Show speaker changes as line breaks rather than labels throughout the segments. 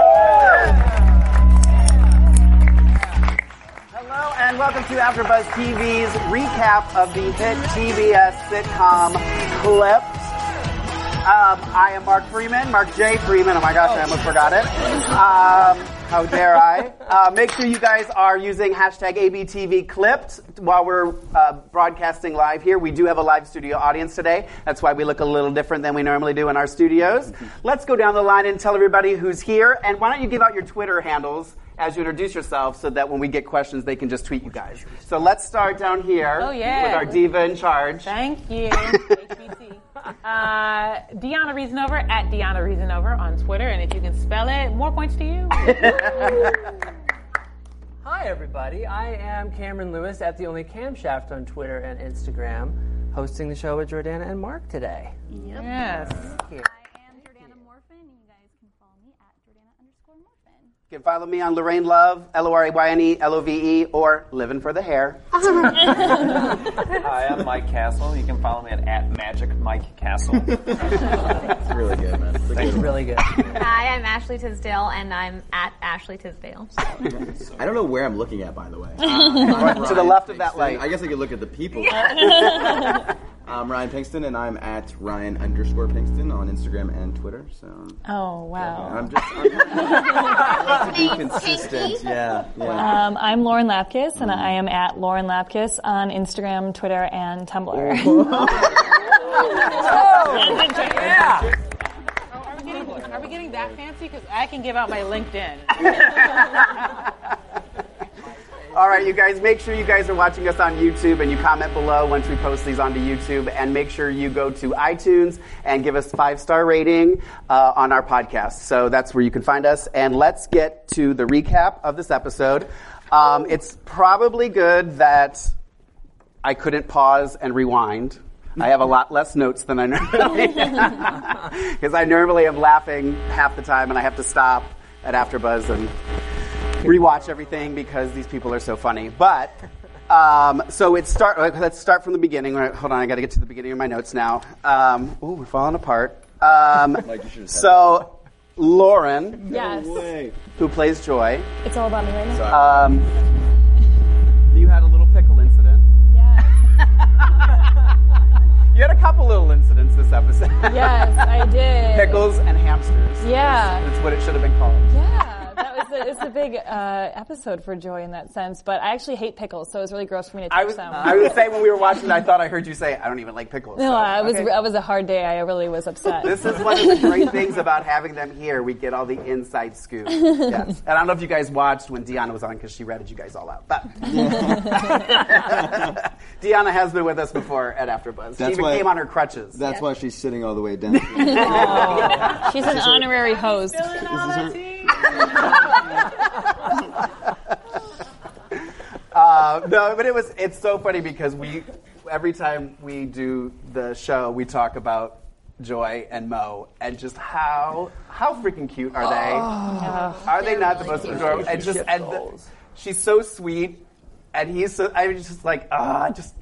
Hello and welcome to AfterBuzz TV's recap of the hit TBS sitcom Clips. Um, I am Mark Freeman, Mark J. Freeman. Oh my gosh, I almost forgot it. Um, how dare I? Uh, make sure you guys are using hashtag ABTV Clipped while we're uh, broadcasting live here. We do have a live studio audience today. That's why we look a little different than we normally do in our studios. Let's go down the line and tell everybody who's here. And why don't you give out your Twitter handles? as you introduce yourself so that when we get questions, they can just tweet you guys. So let's start down here
Oh, yeah.
with our diva in charge.
Thank you, HBT. Uh, Deanna Reasonover at Deanna Reasonover on Twitter, and if you can spell it, more points to you.
Hi, everybody. I am Cameron Lewis at The Only Camshaft on Twitter and Instagram, hosting the show with Jordana and Mark today.
yes.
I am Jordana Morfin, and you guys can follow me at Jordana underscore Morfin.
You can follow me on Lorraine Love, L O R A Y N E L O V E, or Living for the Hair.
Hi, I'm Mike Castle. You can follow me at, at Magic Mike Castle.
really good, man.
Really good.
Hi, I'm Ashley Tisdale, and I'm at Ashley Tisdale.
I don't know where I'm looking at, by the way.
to the left of that light.
I guess I could look at the people. I'm Ryan Pinkston, and I'm at Ryan underscore Pinkston on Instagram and Twitter. So
Oh wow.
I'm just I'm consistent. Yeah, yeah.
Um, I'm Lauren Lapkus, and I am at Lauren Lapkus on Instagram, Twitter, and Tumblr.
Are we getting, are we getting that fancy? Because I can give out my LinkedIn.
All right, you guys, make sure you guys are watching us on YouTube and you comment below once we post these onto YouTube. And make sure you go to iTunes and give us five star rating uh, on our podcast. So that's where you can find us. And let's get to the recap of this episode. Um, it's probably good that I couldn't pause and rewind. I have a lot less notes than I normally because I normally am laughing half the time, and I have to stop at AfterBuzz and rewatch everything because these people are so funny. But um, so it start. like, Let's start from the beginning. All right, Hold on, I got to get to the beginning of my notes now. Um, ooh, we're falling apart. Um,
Like you should have said
so Lauren,
yes.
Way.
who plays Joy,
It's all about me right now.
um, you had a little pickle incident.
Yes.
You had a couple little incidents this episode.
yes, I did.
Pickles and hamsters.
Yeah.
That's what it should have been called.
Yeah, that was a, it's a big uh, episode for Joy in that sense. But I actually hate pickles, so it was really gross for me to touch
I was,
them.
I would say when we were watching it, I thought I heard you say, I don't even like pickles.
no,
so,
I was.
okay.
That was a hard day. I really was upset.
This is one of the great things about having them here. We get all the inside scoop. Yes. And I don't know if you guys watched when Deanna was on because she ratted you guys all out. But Deanna has been with us before at AfterBuzz. She
That's
even
why-
came on her crutches.
That's why she's sitting all the way down.
She's an honorary host.
Uh, no, but it was. It's so funny because we every time we do the show, we talk about Joy and Mo and just how how freaking cute are they?
Oh.
Are they not the most adorable? And just and the, she's so sweet, and he's so. I was just like ah, just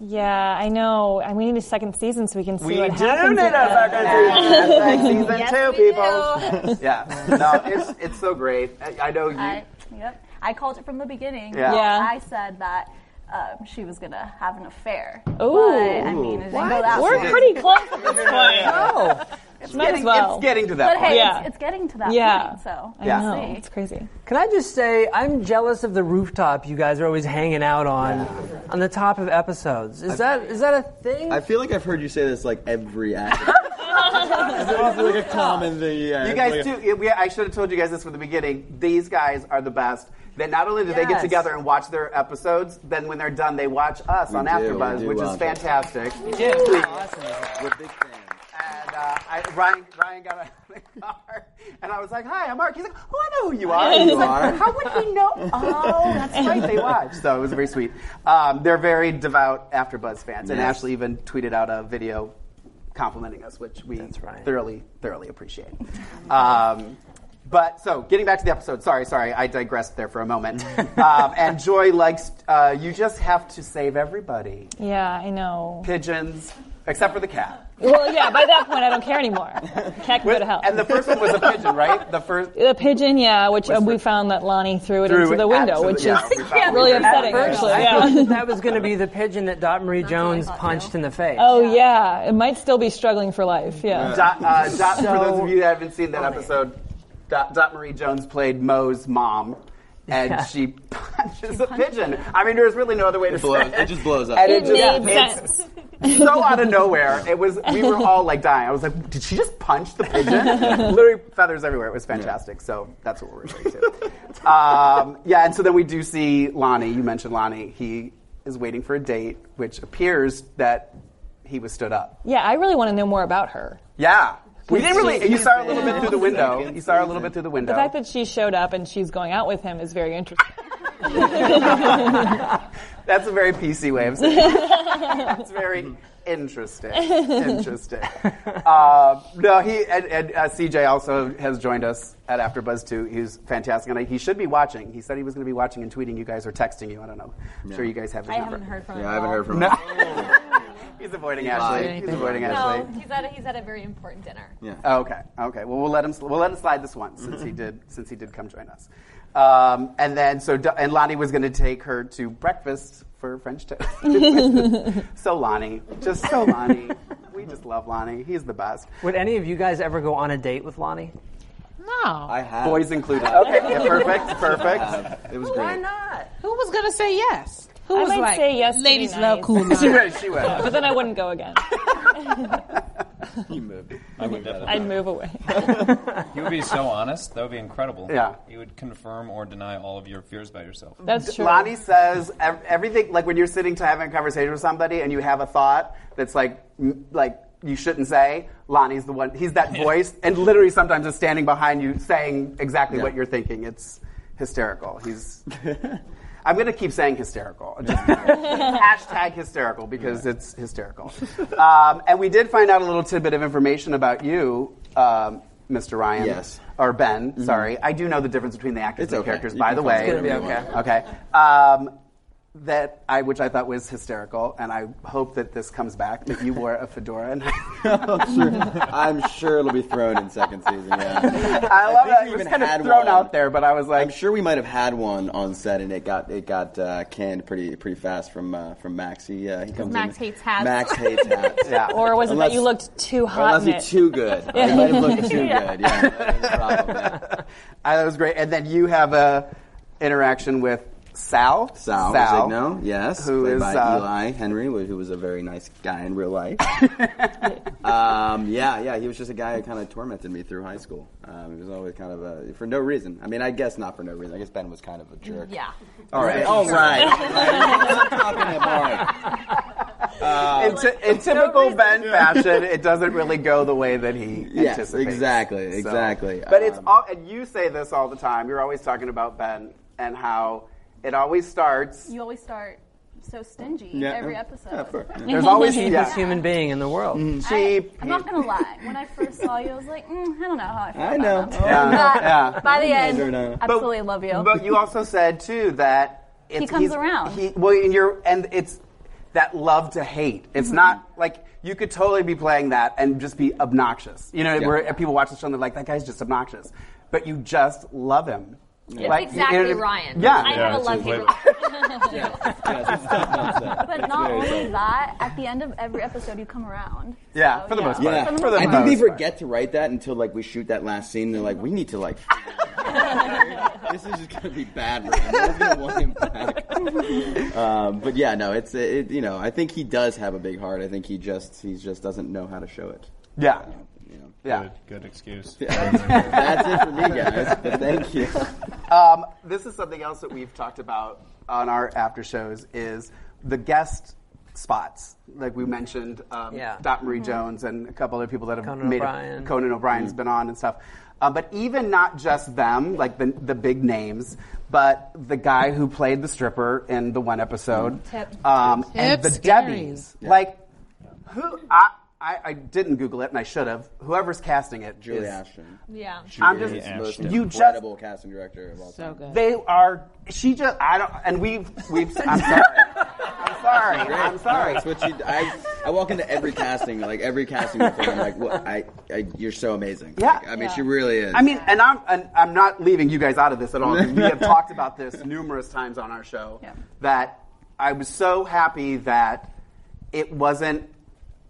Yeah, I know. And we need a second season so we can see
we do
what
need a
happens. with them.
second season, Hashtag season two, people.
do.
Yeah, no, it's it's so great. I, I know you.
I, yep. I called it from the beginning.
Yeah.
Yeah.
I said that um, she was going to have an affair.
Ooh.
But, I mean, it didn't go that
We're
far.
pretty close at this point. Might as
Getting-
well.
It's getting to that
But
point.
hey,
Yeah.
it's, it's getting to that
Yeah.
point, so.
I
Yeah.
know.
See.
It's crazy.
Can I just say, I'm jealous of the rooftop you guys are always hanging out on, on the top of episodes. Is that is that a thing?
I feel like I've heard you say this like every act. It's like a common thing. Yeah.
You
It's
guys
like a-
too. yeah, We, I should have told you guys this from the beginning. These guys are the best. That not only do they get
Yes.
together and watch their episodes, then when they're done, they watch us on
do, we
AfterBuzz,
do
which is
watch it.
fantastic.
Yeah, awesome.
We're big fans.
And uh, I, Ryan, Ryan got out of the car, and I was like, "Hi, I'm Mark." He's like, "Oh, I know who you are." He's like,
are.
How would he know? Oh, that's right, they watch. So it was very sweet. Um, they're very devout AfterBuzz fans, and
Yes.
Ashley even tweeted out a video complimenting us, which we
right.
thoroughly, thoroughly appreciate. Um, but so, getting back to the episode. Sorry, sorry, I digressed there for a moment. um, and Joy likes. Uh, you just have to save everybody.
Yeah, I know.
Pigeons, except for the cat.
Well, yeah. By that point, I don't care anymore. Cat can go to hell.
And the first one was a pigeon, right? The first.
The pigeon, yeah, which uh, we found that Lonnie threw it
Threw
into
it-
the window, which is
absolutely, yeah, we found
really
it.
upsetting,
At
actually.
I thought
Yeah.
that, that was going to be the pigeon that Dot Marie Jones punched in the face.
Oh, yeah. It might still be struggling for life, yeah.
Dot, uh, Dot, for
So
those of you that haven't seen that episode, Dot, Dot Marie Jones played Moe's mom, and
Yeah.
she punches a pigeon. I mean, there's really no other way to
blows-
say it.
it just blows up.
And it,
It
just,
made
it's so out of nowhere. It was. We were all like dying. I was like, did she just punch the pigeon? Literally feathers everywhere. It was fantastic. So that's what we're referring to. um, yeah, and so then we do see Lonnie. You mentioned Lonnie. He is waiting for a date, which appears that he was stood up.
Yeah, I really want to know more about her.
Yeah. We didn't really. You saw her a little bit
Yeah.
through the window.
Second
You saw her a little bit through the window.
The fact that she showed up and she's going out with him is very interesting.
That's a very PC way of saying it. That's very interesting. Interesting. Uh, no, he and, and uh, CJ also has joined us at AfterBuzz too. He's fantastic, and he should be watching. He said he was going to be watching and tweeting you guys or texting you. I don't know. I'm sure you guys have his
I
number.
haven't heard from him.
Yeah, I
at
haven't
all.
heard from
No.
him.
He's avoiding
lied.
Ashley. He's avoiding Ashley.
No, he's at a, he's at a very important dinner.
Yeah.
Oh, okay. Okay. Well, we'll let him. We'll let him slide this one since
Mm-hmm.
he did. Since he did come join us. Um, and then so Do- and Lonnie was going to take her to breakfast for French toast. so Lonnie, just so Lonnie. We just love Lonnie. He's the best.
Would any of you guys ever go on a date with Lonnie?
No.
I have.
Boys included. Okay. yeah, perfect. Perfect.
It was great.
not?
Who was gonna say yes? Who
I
was
might
like,
say yes to be
ladies
nice."
love cool
She
lines.
went. She went.
But then I wouldn't go again.
He moved. I moved out of
I'd
it.
move away.
You would be so honest. That would be incredible.
Yeah.
You would confirm or deny all of your fears by yourself.
That's true.
Lonnie says ev- everything like when you're sitting to having a conversation with somebody and you have a thought that's like m- like you shouldn't say. Lonnie's the one. He's that voice, and literally sometimes is standing behind you saying exactly
Yeah.
what you're thinking. It's hysterical. He's. I'm going to keep saying hysterical. Just- hashtag hysterical because it's hysterical. Um, and we did find out a little tidbit of information about you, um, Mr. Ryan.
Yes. Mm-hmm.
Or Ben, sorry. I do know the difference between the actors
It's
and the
okay.
characters,
You
by
can
the
call
way.
it whatever you
okay.
want.
Okay. Um, that I, which I thought was hysterical, and I hope that this comes back. That you wore a fedora, and
I'm sure, I'm sure it'll be thrown in second season. Yeah.
I love
think
that
we
it was
even
kind of
had
thrown
one.
out there. But I was like,
I'm sure we might have had one on set, and it got it got uh, canned pretty pretty fast from uh, from Max. He, uh, he comes
Max
in-
hates hats.
Max hates hats.
yeah.
Or was it
Unless-
that you looked too hot
Unless
in
you're
it?
too good. I might have looked too good. Yeah. that was a problem, yeah.
I, Ah, that was great. And then you have a interaction with Sal.
Sal Vigno, yes,
Who
played
is,
by
uh,
Eli Henry, wh- who was a very nice guy in real life. um, yeah, yeah, he was just a guy who kind of tormented me through high school. Um, he was always kind of a for no reason. I mean, I guess not for no reason. I guess Ben was kind of a jerk.
Yeah.
All right. All right. Like, I'm talking about- Um,
in, ty- in typical Ben fashion, it doesn't really go the way that he
Yes,
anticipates.
exactly, exactly.
But it's
Um,
all, and you say this all the time. You're always talking about Ben and how it always starts.
You always start so stingy
Yeah.
every episode.
Yeah, fair.
There's always
Cheapest
yeah, Mm,
human being in the world.
cheap.
I'm not gonna lie. When I first saw you, I was like, mm, I don't know how I feel.
I
about
know.
him."
Yeah,
But
yeah.
by the
I don't know.
end,
But-
absolutely love you.
But you also said too that it's,
comes
he's-
around.
He, well, and you're and it's that love to hate.
Mm-hmm.
It's not like you could totally be playing that and just be obnoxious. You know,
Yeah.
where people watch the show and they're like, "That guy's just obnoxious," but you just love him. Like,
It's
you know what I
exactly
mean?
Ryan.
Yeah.
I
Yeah,
have a
it's
love
his
hate
way.
yes, it's tough not to-
But not only that, at the end of every episode, you come around.
Yeah,
So,
for the most part.
Yeah.
For the
I
most
think they
part.
forget to write that until like we shoot that last scene. They're like, we need to like. this is just gonna be bad for him. We're gonna want him back. um, but yeah, no, it's it, you know I think he does have a big heart. I think he just he just doesn't know how to show it.
Yeah.
You know.
Yeah.
Good, good excuse.
That's it for me, guys. But thank you.
Um, this is something else that we've talked about on our after shows is the guest spots. Like we mentioned, um,
Yeah. Mm-hmm.
Dot Marie Jones and a couple other people that have
Conan
made
O'Brien.
it. Conan O'Brien's been on and stuff. Um, but even not just them, like the, the big names, but the guy who played the stripper in the one episode,
Tip.
um, and the
Tip
Debbies. Like who? I, I I didn't Google it and I should have. Whoever's casting it,
Julie
is-
Ashton.
Yeah.
I'm
Julie
just
is the most
you just
incredible casting director of all time.
they are. She just. I don't. And we've. We've. I'm sorry. I'm sorry. I'm sorry.
That's what she. I, I walk into every casting, like every casting before. I'm like, what? I, I, you're so amazing.
Yeah.
Like, I mean, she really is.
I mean, and I'm and I'm not leaving you guys out of this at all. we have talked about this numerous times on our show. That I was so happy that it wasn't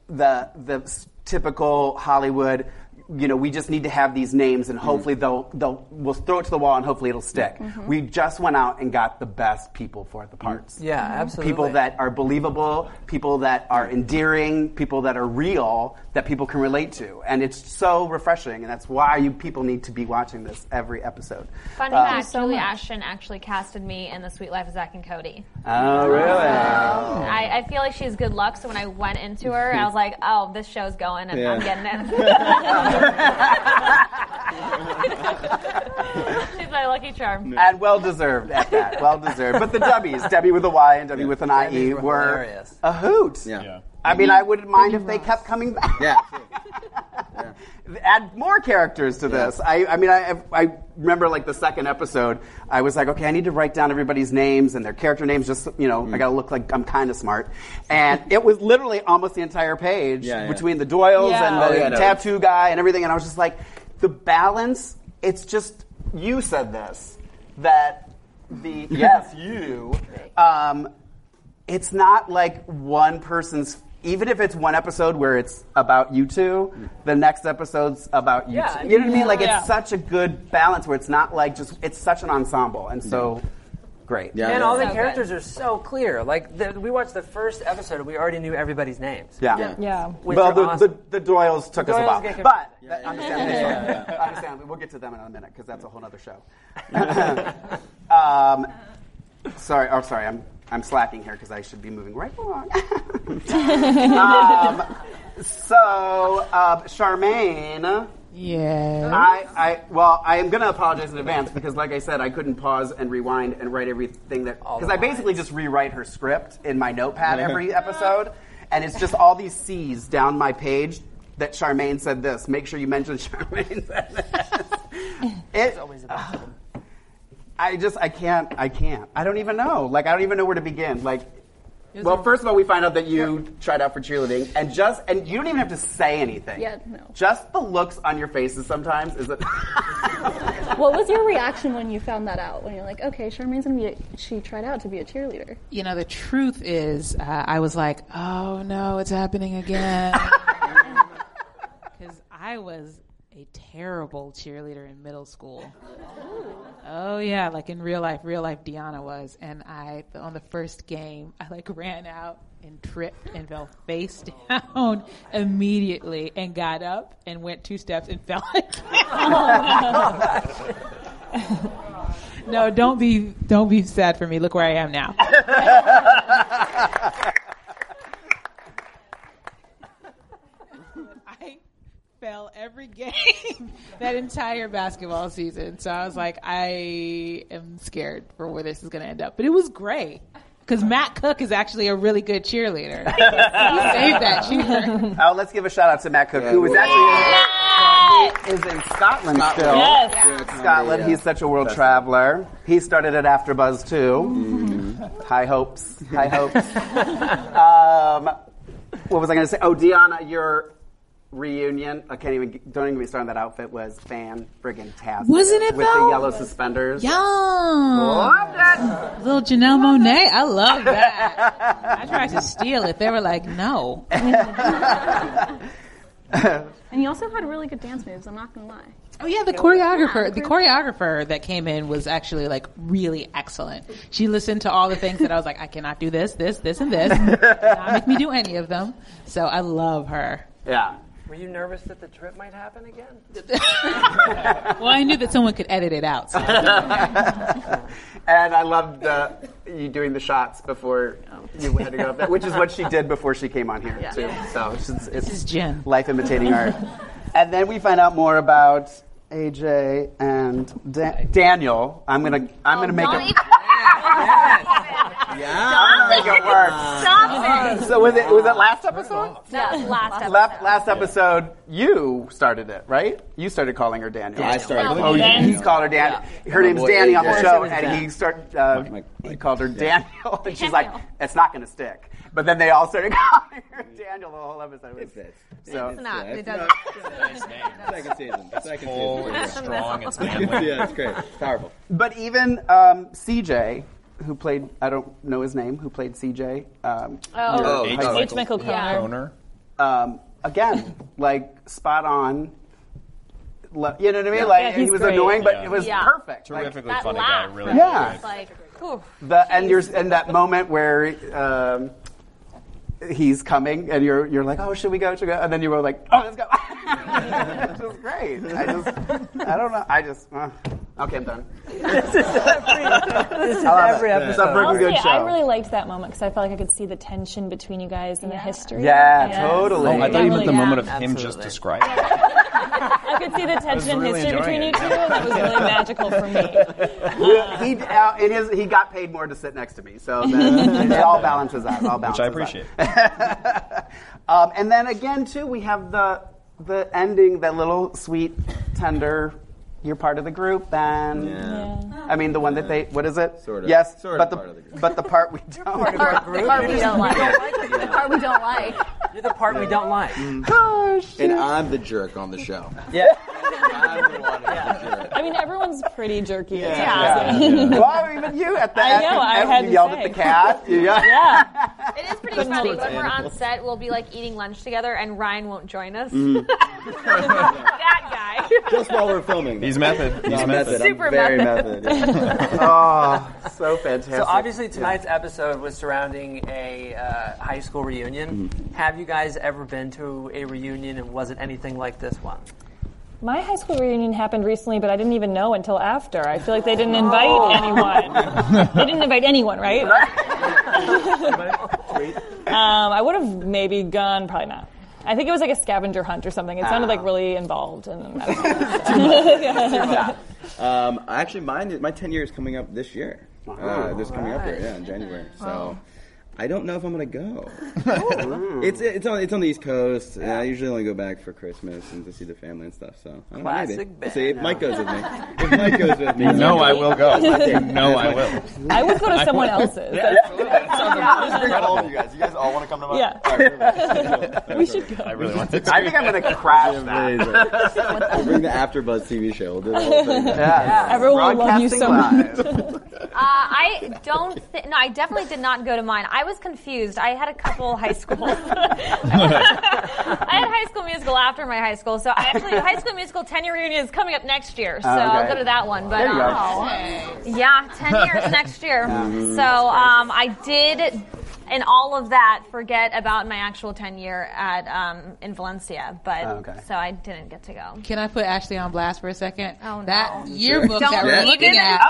the the s- typical Hollywood. You know, we just need to have these names, and hopefully they'll they'll we'll throw it to the wall, and hopefully it'll stick.
Mhm.
We just went out and got the best people for the parts.
Yeah, Mhm. absolutely.
People that are believable, people that are endearing, people that are real, that people can relate to. And it's so refreshing, and that's why you people need to be watching this every episode.
Fun
Uh,
fact: Julie Ashton actually casted me in The Sweet Life of Zach and Cody.
Oh, really?
I, I feel like she's good luck. So when I went into her, I was like, "Oh, this show's going, and I'm
Yeah.
getting it." she's my lucky charm.
And well deserved at that. Well deserved. But the W's, Debbie with a Y and Debbie with an IE, were, a hoot.
Yeah. Yeah.
I mean, I wouldn't mind if they kept coming back.
Yeah.
Add more characters to this. I, I mean, I, I remember like the second episode, I was like, okay, I need to write down everybody's names and their character names. Just you know,
Mm.
I gotta look like I'm kind of smart. And it was literally almost the entire page
Yeah, yeah.
between the Doyles
Yeah.
and the
Oh, yeah, no.
tattoo guy and everything. And I was just like, the balance. It's just you said this that the yes you. Um, it's not like one person's even if it's one episode where it's about you two, the next episode's about you
Yeah,
two. You know what I mean? Like
yeah.
it's such a good balance where it's not like just it's such an ensemble and
Mm-hmm.
so great.
Yeah,
and all the characters are so clear. Like the, we watched the first episode, we already knew everybody's names.
Yeah.
yeah. Which
Well,
are
the,
awesome.
the, the Doyles took us a
Doyles
while.
get confused.
But,
Yeah,
that-
yeah,
understand,
yeah.
yeah,
Yeah, yeah.
understand, we'll get to them in a minute because that's a whole other show. um, sorry, oh, sorry, I'm, I'm slacking here because I should be moving right along. um, so, uh, Charmaine.
Yeah.
I, I well, I am going to apologize in advance because, like I said, I couldn't pause and rewind and write everything that because I basically just rewrite her script in my notepad every episode, and it's just all these C's down my page that Charmaine said this. Make sure you mention Charmaine said this. It's always about. I just I can't I can't I don't even know like I don't even know where to begin like. Well, first of all, we find out that you tried out for cheerleading, and just and you don't even have to say anything.
Yeah, no.
Just the looks on your faces sometimes is it.
What was your reaction when you found that out? When you're like, okay, Charmaine's gonna be, a, she tried out to be a cheerleader.
You know, the truth is, uh, I was like, oh no, it's happening again. Because I was a terrible cheerleader in middle school. Oh yeah, like in real life, real life Deanna was, and I on the first game, I like ran out and tripped and fell face down immediately, and got up and went two steps and fell
Oh
Oh,
again. no, don't be don't be sad for me. Look where I am now. I fell every game that entire basketball season. So I was like, I am scared for where this is going to end up. But it was great because Matt Cook is actually a really good cheerleader. he saved that cheerleader.
oh, let's give a shout out to Matt Cook, who was
Yeah.
actually in, he is in Scotland,
Scotland.
still.
Yes.
Yeah.
Scotland. He's such a world traveler. He started at AfterBuzz too. High hopes. High hopes. um, what was I going to say? Oh, Deanna, your reunion. I can't even. Don't even get me started. on That outfit was fan friggin' tastic.
Wasn't it,
with
though?
the yellow suspenders?
Yum.
Love that.
Little Janelle Monet. I love that. I tried to steal it. They were like, no.
And you also had really good dance moves. I'm not gonna lie.
Oh yeah, the choreographer, the choreographer that came in was actually like really excellent. She listened to all the things that I was like, I cannot do this, this, this, and this. Do Not make me do any of them. So I love her.
Yeah.
Were you nervous that the trip might happen again?
well, I knew that someone could edit it out. so-
and I loved uh, you doing the shots before you had to go up there, which is what she did before she came on here
Yeah.
too. So it's, it's
This is Jen.
life imitating art. And then we find out more about AJ and da- Daniel. I'm gonna I'm
Oh,
gonna make a Ah,
Stop
make it work.
Stop it.
Ah. So was it was it last episode?
Yeah, last episode.
Last, last episode, you started it, right? You started calling her Daniel.
Yeah, I started
Oh,
calling her
you- he's
Daniel.
called her Daniel.
Yeah.
Her
My
name's
boy
Danny on the
AJ.
show,
Yes, it was
and he
that.
started. Uh,
Mike,
he called her
yeah.
Daniel, and she's like, "It's not going to stick." But then they all started calling her Daniel the whole episode. It fits. So
It's not. It doesn't.
Second season. Second
full,
season.
it's strong, it's manly.
yeah, it's great. It's powerful.
But even um, CJ, who played, I don't know his name, who played CJ. Um,
Oh,
your
Oh,
high
H.
school-
H. Michael Yeah. Kroner.
Um, again, like spot on. Le- You know what I mean? Like
Yeah,
he
he's
was
great.
annoying, but it was
Yeah.
perfect. Like,
Terrifically funny guy, really.
Yeah.
It's like, oof.
the and you're in that moment where um, he's coming, and you're you're like, oh, should we go? Should we go? And then you were like, oh, let's go. It was great. I just, I don't know. I just, uh, okay, I'm done.
this
is I love every it. episode. It's a freaking good show.
I really liked that moment because I felt like I could see the tension between you guys and the history.
Yeah,
Yes.
totally.
Oh, I thought you meant the
Yeah.
moment of him just describing.
I could see the tension and
really
history
enjoying
between
it.
you two. That was really magical for me.
he uh, in his, he got paid more to sit next to me, so the, it all balances out. All
Which
balances
I
out.
appreciate.
Um, and then again, too, we have the the ending, that little sweet, tender. You're part of the group, and
Yeah.
I mean the one that they. What is it?
Sort of.
Yes,
Sort
but
of
the
part of the group.
but the part we don't.
Part, the part we don't like. The part we don't like.
You're the part we don't like.
Mm. And I'm the jerk on the show.
Yeah.
I'm the one who's the jerk.
I mean, everyone's pretty jerky. Yeah.
Yeah. well, even you at the
I
end,
know, I
and
had
you
to
yelled
say.
at the cat. You yelled-
Yeah.
It is pretty funny when we're on set. We'll be like eating lunch together, and Ryan won't join us.
Mm.
Mm.
that guy.
Just while we're filming.
He's method. He's
I'm method.
method.
Super
I'm very
method.
method. yeah.
Oh, so fantastic.
So obviously tonight's episode was surrounding a uh, high school reunion.
Mm-hmm.
Have you guys ever been to a reunion and was it anything like this one?
My high school reunion happened recently, but I didn't even know until after. I feel like they
Oh.
didn't invite anyone. they didn't invite anyone, right? um, I would have maybe gone, probably not. I think it was like a scavenger hunt or something. It sounded like really involved, and then I don't know.
Um, actually, mine, my 10 year is coming up this year. Uh, this coming up here, yeah, in January. So I don't know if I'm going to go. it's it's on it's on the East Coast. and I usually only go back for Christmas and to see the family and stuff. So I don't know, maybe.
Classic
We'll see if Mike goes with me. If Mike goes with me,
You know I will go. You know I will.
I would go to someone else's.
bring all of you guys. You guys all want to come to my.
Yeah.
we should go.
I really want to.
I think I'm gonna crash that.
we'll bring the AfterBuzz TV show. We'll do the whole thing.
Everyone will love you so much.
Broadcasting live.
Uh, I don't. Th- no, I definitely did not go to mine. I was confused. I had a couple high schools. I had High School Musical after my high school, so I actually High School Musical ten year reunion is coming up next year, so
Oh, okay.
I'll go to that one. But
There you go.
um, yeah, ten years next year. So um, I did. In all of that, forget about my actual ten year at um, in Valencia, but
Oh, okay.
so I didn't get to go.
Can I put Ashley on blast for a second?
Oh, no.
That yearbook
Don't
that we're
even-
looking at.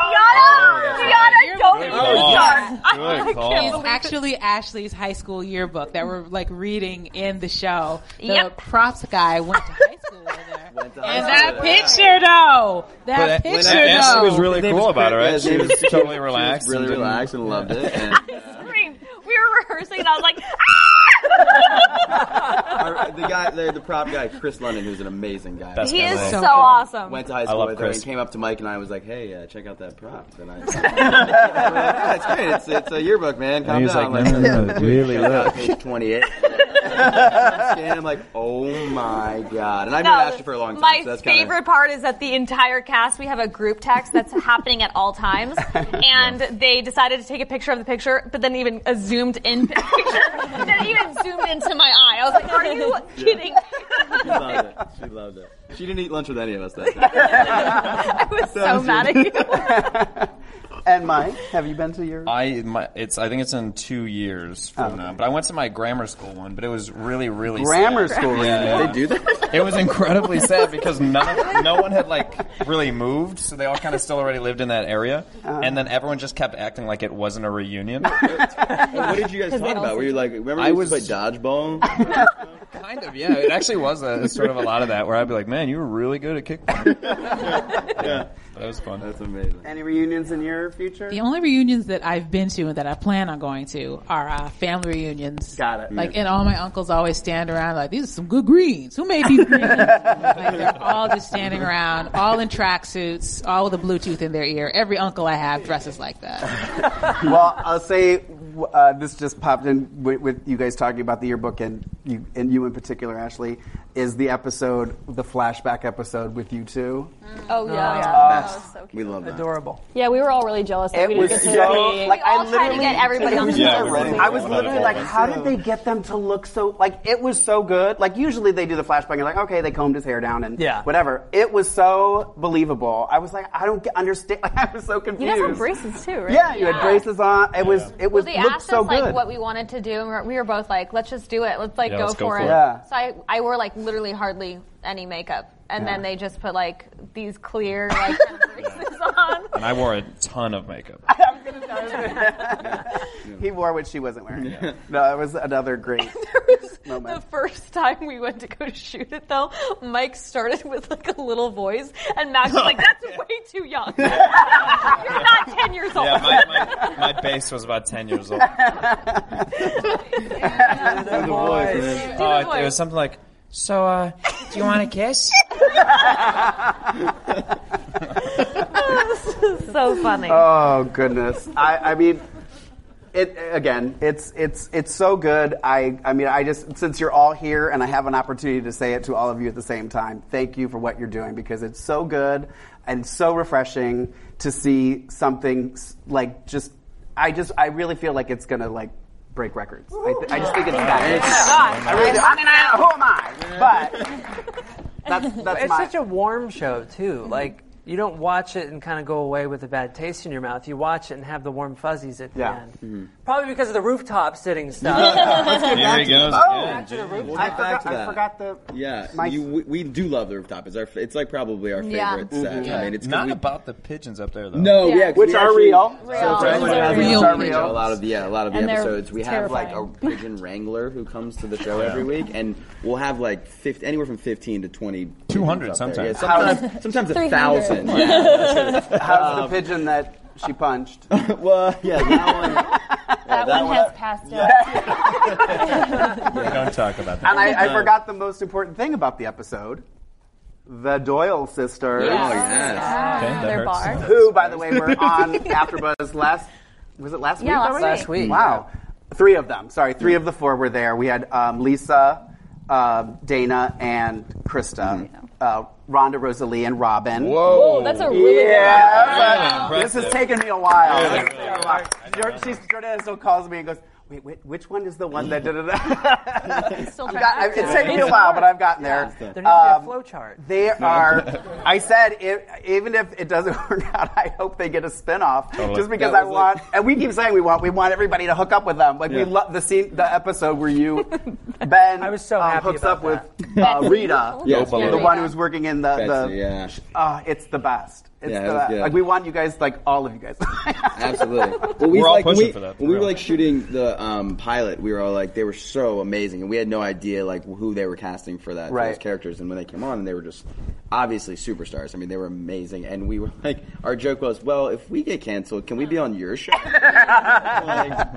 Gianna, Gianna, don't even
call.
start. I
Oh, Good
can't
call.
believe
It's
it.
actually Ashley's high school yearbook that we're like reading in the show. The
Yep.
props guy went to high school with her.
to
and that picture though, that
when
picture
Ashley
though.
was really
name
cool
was
about it,
Chris.
right? She
Yeah, his name
was
is- she
totally
was
relaxed.
Really
and didn't-
relaxed and loved it. And
scream. We were rehearsing, and I was like, ah!
our, the guy, the, the prop guy, Chris London, who's an amazing guy.
That's
he is
That's
so
so
awesome.
went to high
I
school
love
with her and
Chris.
came up to Mike and I was like, "Hey, uh, check out that prop." And I, yeah, it's great. It's, it's a yearbook, man. Calm
And he's
down.
like, "No, no, no, really
check out
look."
page twenty-eight. and I'm like, "Oh my god!" And I've been asking for a long time.
My
so that's kinda-
favorite part is that the entire cast, we have a group text that's happening at all times, and they decided to take a picture of the picture, but then even a zoomed in picture that even zoomed into my eye. I was like, are you kidding? me?
She loved it. She loved it. She didn't eat lunch with any of us that time.
I was so mad at you.
And Mike, have you been to your?
I my, it's I think it's in two years
Oh,
from now. But I went to my grammar school one, but it was really really
Grammar
sad.
school, really? They do
that. It was incredibly sad because none no one had like really moved, so they all kind of still already lived in that area,
Uh-huh.
and then everyone just kept acting like it wasn't a reunion.
what did you guys talk about? Were you like, remember
I
I was play dodgeball?
kind of, yeah. It actually was a sort of a lot of that where I'd be like, man, you were really good at kickball. yeah, that was fun.
That's amazing.
Any reunions in your future?
The only reunions that I've been to and that I plan on going to are uh, family reunions.
Got it.
Like, and all my uncles always stand around like, these are some good greens. Who made these greens? like, they're all just standing around, all in tracksuits, all with a Bluetooth in their ear. Every uncle I have dresses like that.
well, I'll say uh, this just popped in with, with you guys talking about the yearbook and you and you in particular, Ashley, is the episode, the flashback episode with you two.
Oh yeah,
Oh,
yeah.
yeah.
That was so cute.
We love that.
Adorable.
Yeah, we were all really jealous. That
It
we didn't
was
get to
so
see.
like I literally
Yeah, we really
I was
thought about
literally
it
like,
all
how did they get them to look so like it was so good? Like usually they do the flashback and like okay they combed his hair down and
Yeah.
whatever. It was so believable. I was like I don't get, understand. Like, I was so confused.
You guys had braces too, right?
Yeah, you had braces on. It was it was
well, they
looked
asked
so
us
good.
like what we wanted to do, and we were- we were both like, "Let's just do it. Let's like
Yeah,
go,
let's go
for,
for
it."
it. Yeah.
So I, I wore like literally hardly any makeup, and then they just put like these clear like braces on.
And I wore a ton of makeup.
He wore what she wasn't wearing. No, it was another great.
The first time we went to go to shoot it, though, Mike started with like a little voice, and Max was like, "That's way too young. You're not ten years old."
Yeah, my, my, my bass was about 10 years old.
the
voice,
man.
Oh, it- it was something like, so, uh, do you want a kiss?
so funny.
Oh goodness! I, I mean, it again. It's it's it's so good. I I mean, I just since you're all here and I have an opportunity to say it to all of you at the same time. Thank you for what you're doing because it's so good and so refreshing to see something s- like just. I just I really feel like it's gonna like break records. I, th- I just think it's that. I really do. I mean, I, who am I? But that's, that's
it's
my- Mm-hmm.
such a warm show too. Like you don't watch it and kind of go away with a bad taste in your mouth. You watch it and have the warm fuzzies at the
Yeah.
end. Probably because of the rooftop sitting stuff.
Let's get Here back he to goes that.
Oh,
again.
back to the
We'll
roof.
get
I
back
forgot,
to
I
that.
forgot the
Yeah,
My-
you, we, we do love the rooftop. It's our, f- it's like probably our favorite
Yeah.
set.
Yeah.
I mean, it's 'cause
Not
we-
about the pigeons up there, though.
No, yeah, 'cause
Which
we
are
actually-
real.
So
Real.
for everyone who
Real.
hasn't
Real
seen the
pigeons.
show, A lot of the yeah, a lot of the
And they're
episodes we have like a
terrifying.
pigeon wrangler who comes to the show every week, and we'll have like 50, anywhere from fifteen to twenty. pigeons
200
up there.
sometimes.
Yeah, sometimes, sometimes a
300.
thousand. Um,
How's the pigeon that she punched?
well, yeah, that one.
that,
that
one
one-
has passed out.
Don't talk about that.
And I, I forgot the most important thing about the episode. The Doyle sisters.
Yes. Oh, yes.
Ah,
Okay, that
their
hurts.
bar. Who, by the way, were on AfterBuzz last, was it last
Yeah,
week?
last
already?
Last week. week.
Wow. Three of them. Sorry, three of the four were there. We had um, Lisa, um, Dana, and Krista. Uh, Rhonda, Rosalie, and Robin.
Whoa. Whoa, that's a really good
yeah,
lineup.
but
Yeah.
This has taken me a while.
Yeah.
This has taken me a while. Jor- she's- Jordana still calls me and goes, Wait, wait, which one is the one that da da da?
Still
I've got- I've- it's taken me a while, but I've gotten there.
There needs to be a
Um,
flow chart.
They are. I said, if, even if it doesn't work out, I hope they get a spinoff.
Totally.
Just because
That
I
was
want, and we keep saying we want, we want everybody to hook up with them. Like we
Yeah.
love the scene, the episode where you, Ben, I was so
happy
hooks
about
up with uh, Rita,
Yeah,
the
Rita.
one who's working in the. Uh, the
Betsy, yeah.
Ah, it's the best. It's
Yeah, it
the
was
best.
good.
Like we want you guys, like all of you guys.
Absolutely. Well,
We're all
like, when
pushing
we,
for that,
When we
for
were
real.
like shooting the um, pilot, we were all like, they were so amazing, and we had no idea like who they were casting for that for
Right.
those characters. And when they came on, they were just obviously superstars. I mean, they were amazing. And we were like, our joke was, well, if we get canceled, can we be on your show?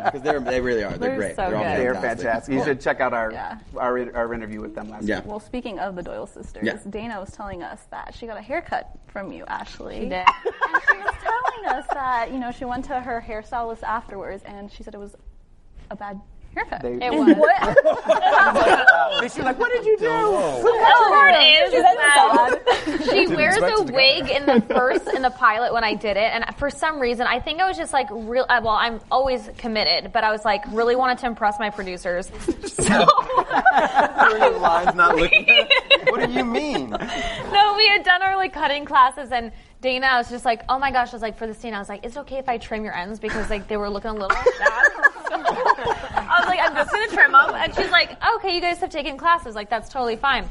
Because they're they really are. They're,
They're
great.
so
they're all
good.
They are
fantastic.
fantastic. You should check out our
Yeah.
our, our interview with them last
Yeah.
week.
Well, speaking of the Doyle sisters,
Yeah.
Dana was telling us that she got a haircut from you, Ashley.
She did.
And she was telling us that, you know, she went to her hairstylist afterwards and she said it was a bad haircut.
They-
It was.
She's like, what did you do?
The word is that she
Didn't
wears
expect
a
it to go
wig in the first in the pilot when I did it, and for some reason, I think I was just like real. uh, Well, I'm always committed, but I was like really wanted to impress my producers. So
Lines not looking. What do you mean?
No, we had done our like cutting classes, and Dana I was just like, "Oh my gosh!" I was like, "For the scene, I was like, is it okay if I trim your ends because like they were looking a little bad?" I was like, "I'm just gonna trim them," and she's like, "Okay, you guys have taken classes, like that's totally fine."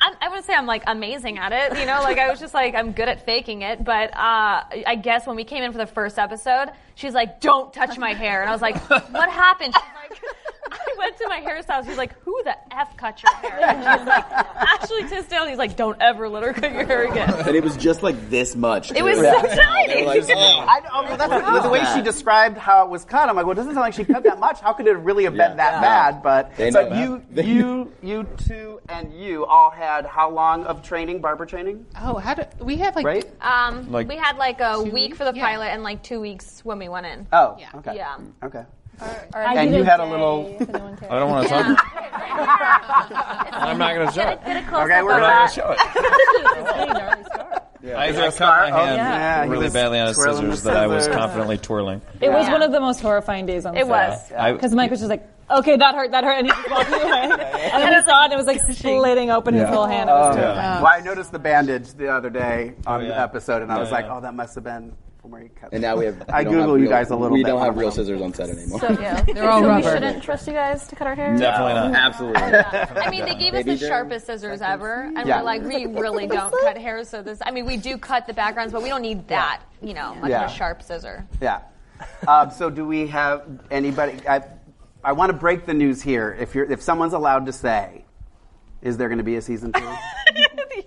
I'm, I wouldn't say I'm like amazing at it, you know. Like I was just like I'm good at faking it, but uh, I guess when we came in for the first episode, she's like, "Don't touch my hair," and I was like, "What happened?" She's like, "I went to my hairstylist." She's like, "Who the f cut your hair?" And she's like, "Ashley Tisdale." And he's like, "Don't ever let her cut your hair again."
and it was just like this much.
It was
too.
so
They were like,
tiny.
oh.
I, oh, well, that's the, the way she described how it was cut. I'm like, well, it doesn't sound like she cut that much. How could it really have been that
Yeah.
bad? But
They
so
know that.
you, you, you two, and you all had how long of training, barber training?
Oh, how do we have like
right?
Um,
Like
we had like a week for the pilot and like two weeks when we went in.
Oh, yeah. okay.
Yeah.
Okay.
or- I
and
did
you
a
had a
day,
little.
I don't want to talk. I'm not going to show it.
Okay, we're
I'm
gonna-
not going to show it. I, I cut my hand
Oh, Yeah, he
really
was
badly on his
twirling the
scissors that I was
scissors.
confidently twirling.
It was one of the most horrifying days on the
It
set.
was. Yeah. I-
Because Mike was just like, okay, that hurt, that hurt, and he just walked away. And then he saw it, and it was like splitting open his whole hand. It was
Oh,
terrible.
Well, I noticed the bandage the other day on
Oh,
the
yeah.
episode, and I
Yeah,
was like,
yeah.
oh, that must have been from where you cut.
And now we have.
I
we don't
Google
have
you
real-
guys a little
We
bit.
don't have real scissors on set anymore.
So yeah,
They're all
So
rubber.
We shouldn't trust you guys to cut our hair.
Definitely not. Absolutely.
I mean, they gave us the sharpest scissors ever, and
Yeah.
we're like, we really don't cut hair, so this. I mean, we do cut the backgrounds, but we don't need that, you know, much
Yeah.
of a sharp scissor.
Yeah. Um, so do we have anybody? I, I want to break the news here. If you're, if someone's allowed to say, is there going to be a season two?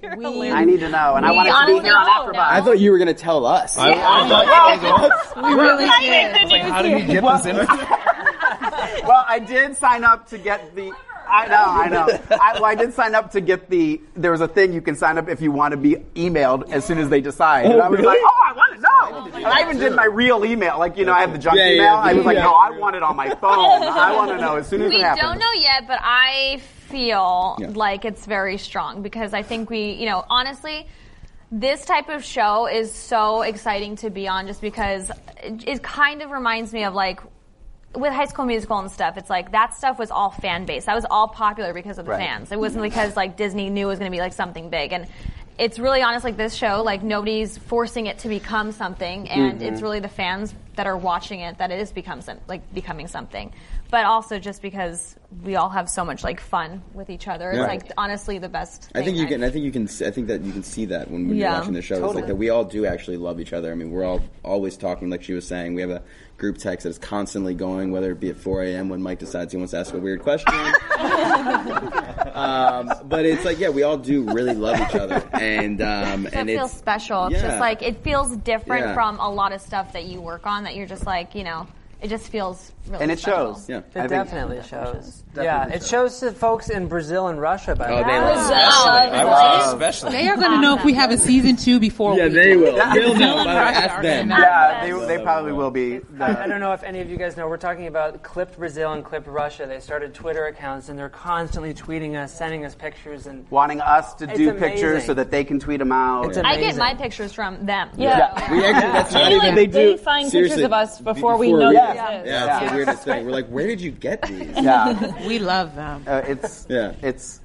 I need to know, and I
We
want it to be
honestly
here on
don't
AfterBuzz.
know. I thought you were going to tell us.
I- I thought-
We really did.
It's like, how did you get this in?
well, I did sign up to get the. I know, I know. I, well, I did sign up to get the. There was a thing you can sign up if you want to be emailed as soon as they decide. and I was like, oh, I want to know. And I even did my real email. Like, you know, I have the junk
Yeah, yeah,
email. I was like,
yeah.
no, I want it on my phone. I want to know as soon as
we
it happens.
don't know yet, but I feel
Yeah.
like it's very strong because I think we, you know, honestly, this type of show is so exciting to be on just because it, it kind of reminds me of like with High School Musical and stuff. It's like that stuff was all fan based. That was all popular because of the
Right.
fans. It wasn't because like Disney knew it was going to be like something big and. It's really honest, like this show, like nobody's forcing it to become something, and
Mhm.
it's
Mm-hmm.
really the fans that are watching it that it is become some, like becoming something. But also just because we all have so much like fun with each other, it's
Yeah.
like honestly the best.
I think
thing
you can. I think you can. s- I think that you can see that when, when
Yeah.
you're watching the show. It's
Totally.
like that we all do actually love each other. I mean, we're all always talking. Like she was saying, we have a group text that is constantly going, whether it be at 4 a.m. when Mike decides he wants to ask a weird question. um, but it's like, yeah, we all do really love each other, and um,
So
and
it feels
it's
special. It's
yeah.
just like it feels different
Yeah.
from a lot of stuff that you work on that you're just like, you know, it just feels really
And it
special.
shows. Yeah.
It
I think-
definitely
Definitely
shows.
Definitely
yeah, it shows to folks in Brazil and Russia. By the
Oh,
way.
they love
Brazil. it. I was
especially.
They are going to know if we have a season two before.
Yeah,
we
they
do.
will. They'll know.
Dylan
By the way,
Ross
ask
already
them.
knows.
Yeah, they, they probably will be.
I I don't know if any of you guys know. We're talking about clipped Brazil and clipped Russia. They started Twitter accounts and they're constantly tweeting us, sending us pictures, and
wanting us to
It's
do
amazing.
pictures so that they can tweet them
Oh,
out.
It's
I get my pictures from them.
We actually, that's not
They,
even.
like,
they do.
they find pictures
seriously,
of us before we
before
know
yeah.
that it is.
Yeah, it's the weirdest thing. We're like, where did you get these?
Yeah.
we love them.
Uh, it's
Yeah.
it's.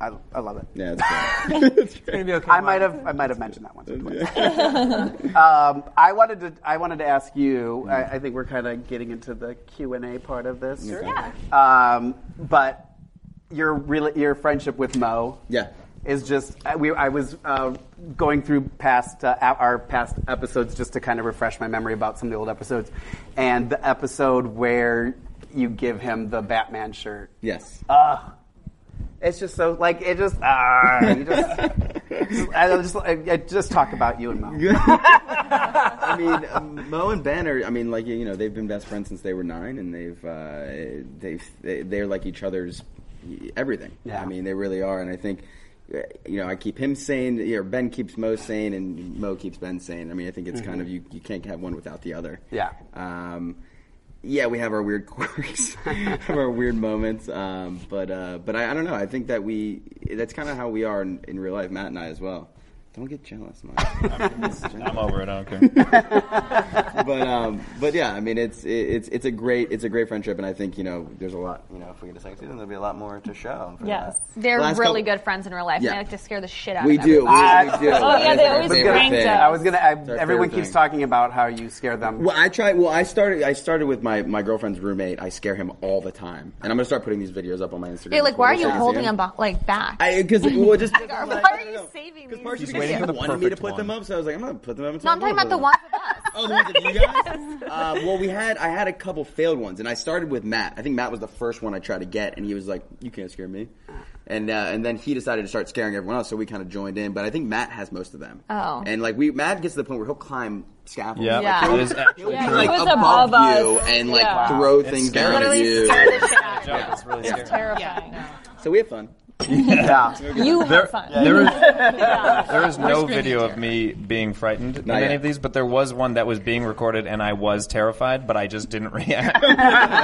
I, I love it.
Yeah,
gonna be okay. I might have I might have mentioned that once or twice. um, I wanted to I wanted to ask you. I, I think we're kind of getting into the Q and A part of this.
Sure.
Yeah. Um, but your rela- your friendship with Mo.
Yeah.
Is just I- we. I was uh, going through past uh, a- our past episodes just to kind of refresh my memory about some of the old episodes, and the episode where you give him the Batman shirt.
Yes.
Ah, it's just so like it just ah. you just, I was just I, I just talk about you and Mo.
I mean, um, Mo and Ben are. I mean, like you know, they've been best friends since they were nine, and they've uh, they've they- they're like each other's everything.
Yeah.
I mean, they really are, and I think. uh, You know, I keep him sane. You know, Ben keeps Mo sane, and Mo keeps Ben sane. I mean, I think it's kind of you. You can't have one without the other.
Yeah.
Um, yeah, we have our weird quirks, have our weird moments, um, but uh, but I, I don't know. I think that we that's kind of how we are in, in real life, Matt and I as well. Don't get jealous, man.
I'm over it. I don't care.
but um, but yeah, I mean, it's it- it's it's a great it's a great friendship, and I think you know there's a lot you know if we get a second season, there'll be a lot more to show. For
Yes.
that.
They're
Uh, Last
really
couple-
good friends in real life.
Yeah.
And they like to scare the shit out
We
of
do, we-
everybody.
we do. Oh, yeah, they always
It's our
ranked
favorite
us.
I was gonna. I,
It's our
everyone
favorite
keeps
thing.
talking about how you scare them.
Well, I try. Well, I started. I started with my, my girlfriend's roommate. I scare him all the time, and I'm gonna start putting these videos up on my Instagram.
They're like, why are
and
you
Twitter so
holding
can
them bo- like back?
see 'em." I because well, it just
why are you saving me?
Marcy because she wanted me to put them up, so I was like, I'm gonna put them up.
No, I'm talking about the ones with us.
Oh, the ones with you guys? Uh, well, we had I had a couple failed ones, and I started with Matt. I think Matt was the first one I tried to get, and he was like, "You can't scare me," and uh, and then he decided to start scaring everyone else, so we kind of joined in. But I think Matt has most of them.
Oh.
and like we Matt gets to the point where he'll climb scaffolds.
Yeah,
Like,
Yeah.
he'll-
it is actually
he'll be,
true.
like
He was
above,
above
you
us.
and like
Yeah.
throw
It's
things
scary.
down at
Literally
you.
scared the shit out of you.
Yeah.
It's really
Yeah.
scary.
Terrifying.
So we have fun.
Yeah.
You
There-
have fun.
there is- There is
We're
no
screaming
video of me being frightened in
Not
any
yet.
of these, but there was one that was being recorded, and I was terrified, but I just didn't react. and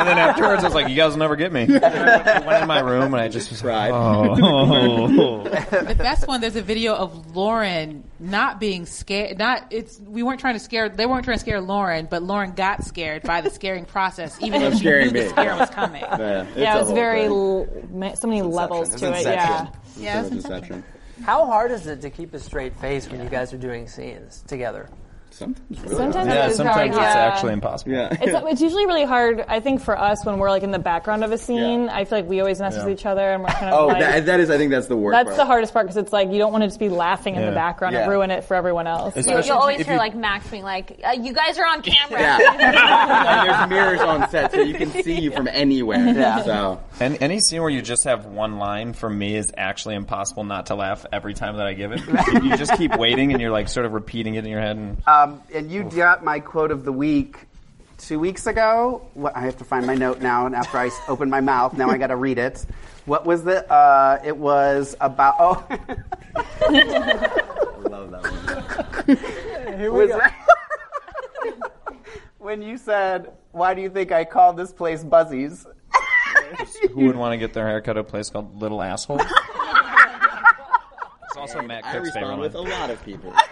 then afterwards, I was like, "You guys will never get me." I went in my room and I just was cried. Oh.
the best one there's a video of lauren not being scared not it's we weren't trying to scare they weren't trying to scare lauren but lauren got scared by the scaring process even though
Stop
she knew
scaring
the
me.
scare was coming
Yeah, it's
yeah,
a
it was
whole
very
thing.
l- ma- so many levels
It's
to it.
Inception.
Yeah.
It's
Yeah,
sort of Inception.
How hard is it to keep a straight face when you guys are doing scenes together?
Sometimes,
Sometimes Yeah, it is sometimes very it's hard. actually
impossible.
Yeah.
It's, it's usually really hard, I think, for us when we're like in the background of a scene. I feel like we always mess
Yeah.
with each other, and we're kind of
Oh,
like
that, that is. I think that's the worst.
that's
part.
the hardest part because it's like you don't want to just be laughing in the
Yeah.
background and
Yeah.
ruin it for everyone else.
You,
Especially
will always
if
hear
you-
like Max being like, uh, "You guys are on camera."
Yeah. There's mirrors on set, so you can see you from anywhere.
Yeah.
So
And any scene where you just have one line for me is actually impossible not to laugh every time that I give it. you just keep waiting and you're like sort of repeating it in your head. And
Um, and you got my quote of the week two weeks ago. What, I have to find my note now, and after I s- open my mouth, now I got to read it. What was the? Uh, it was about. Oh,
I love that one.
Here we go. when you said, "Why do you think I call this place Buzzies?"
Who would want to get their haircut at a place called Little Asshole? It's also Matt
I
Cook's favorite
respond with a
one.
lot of people.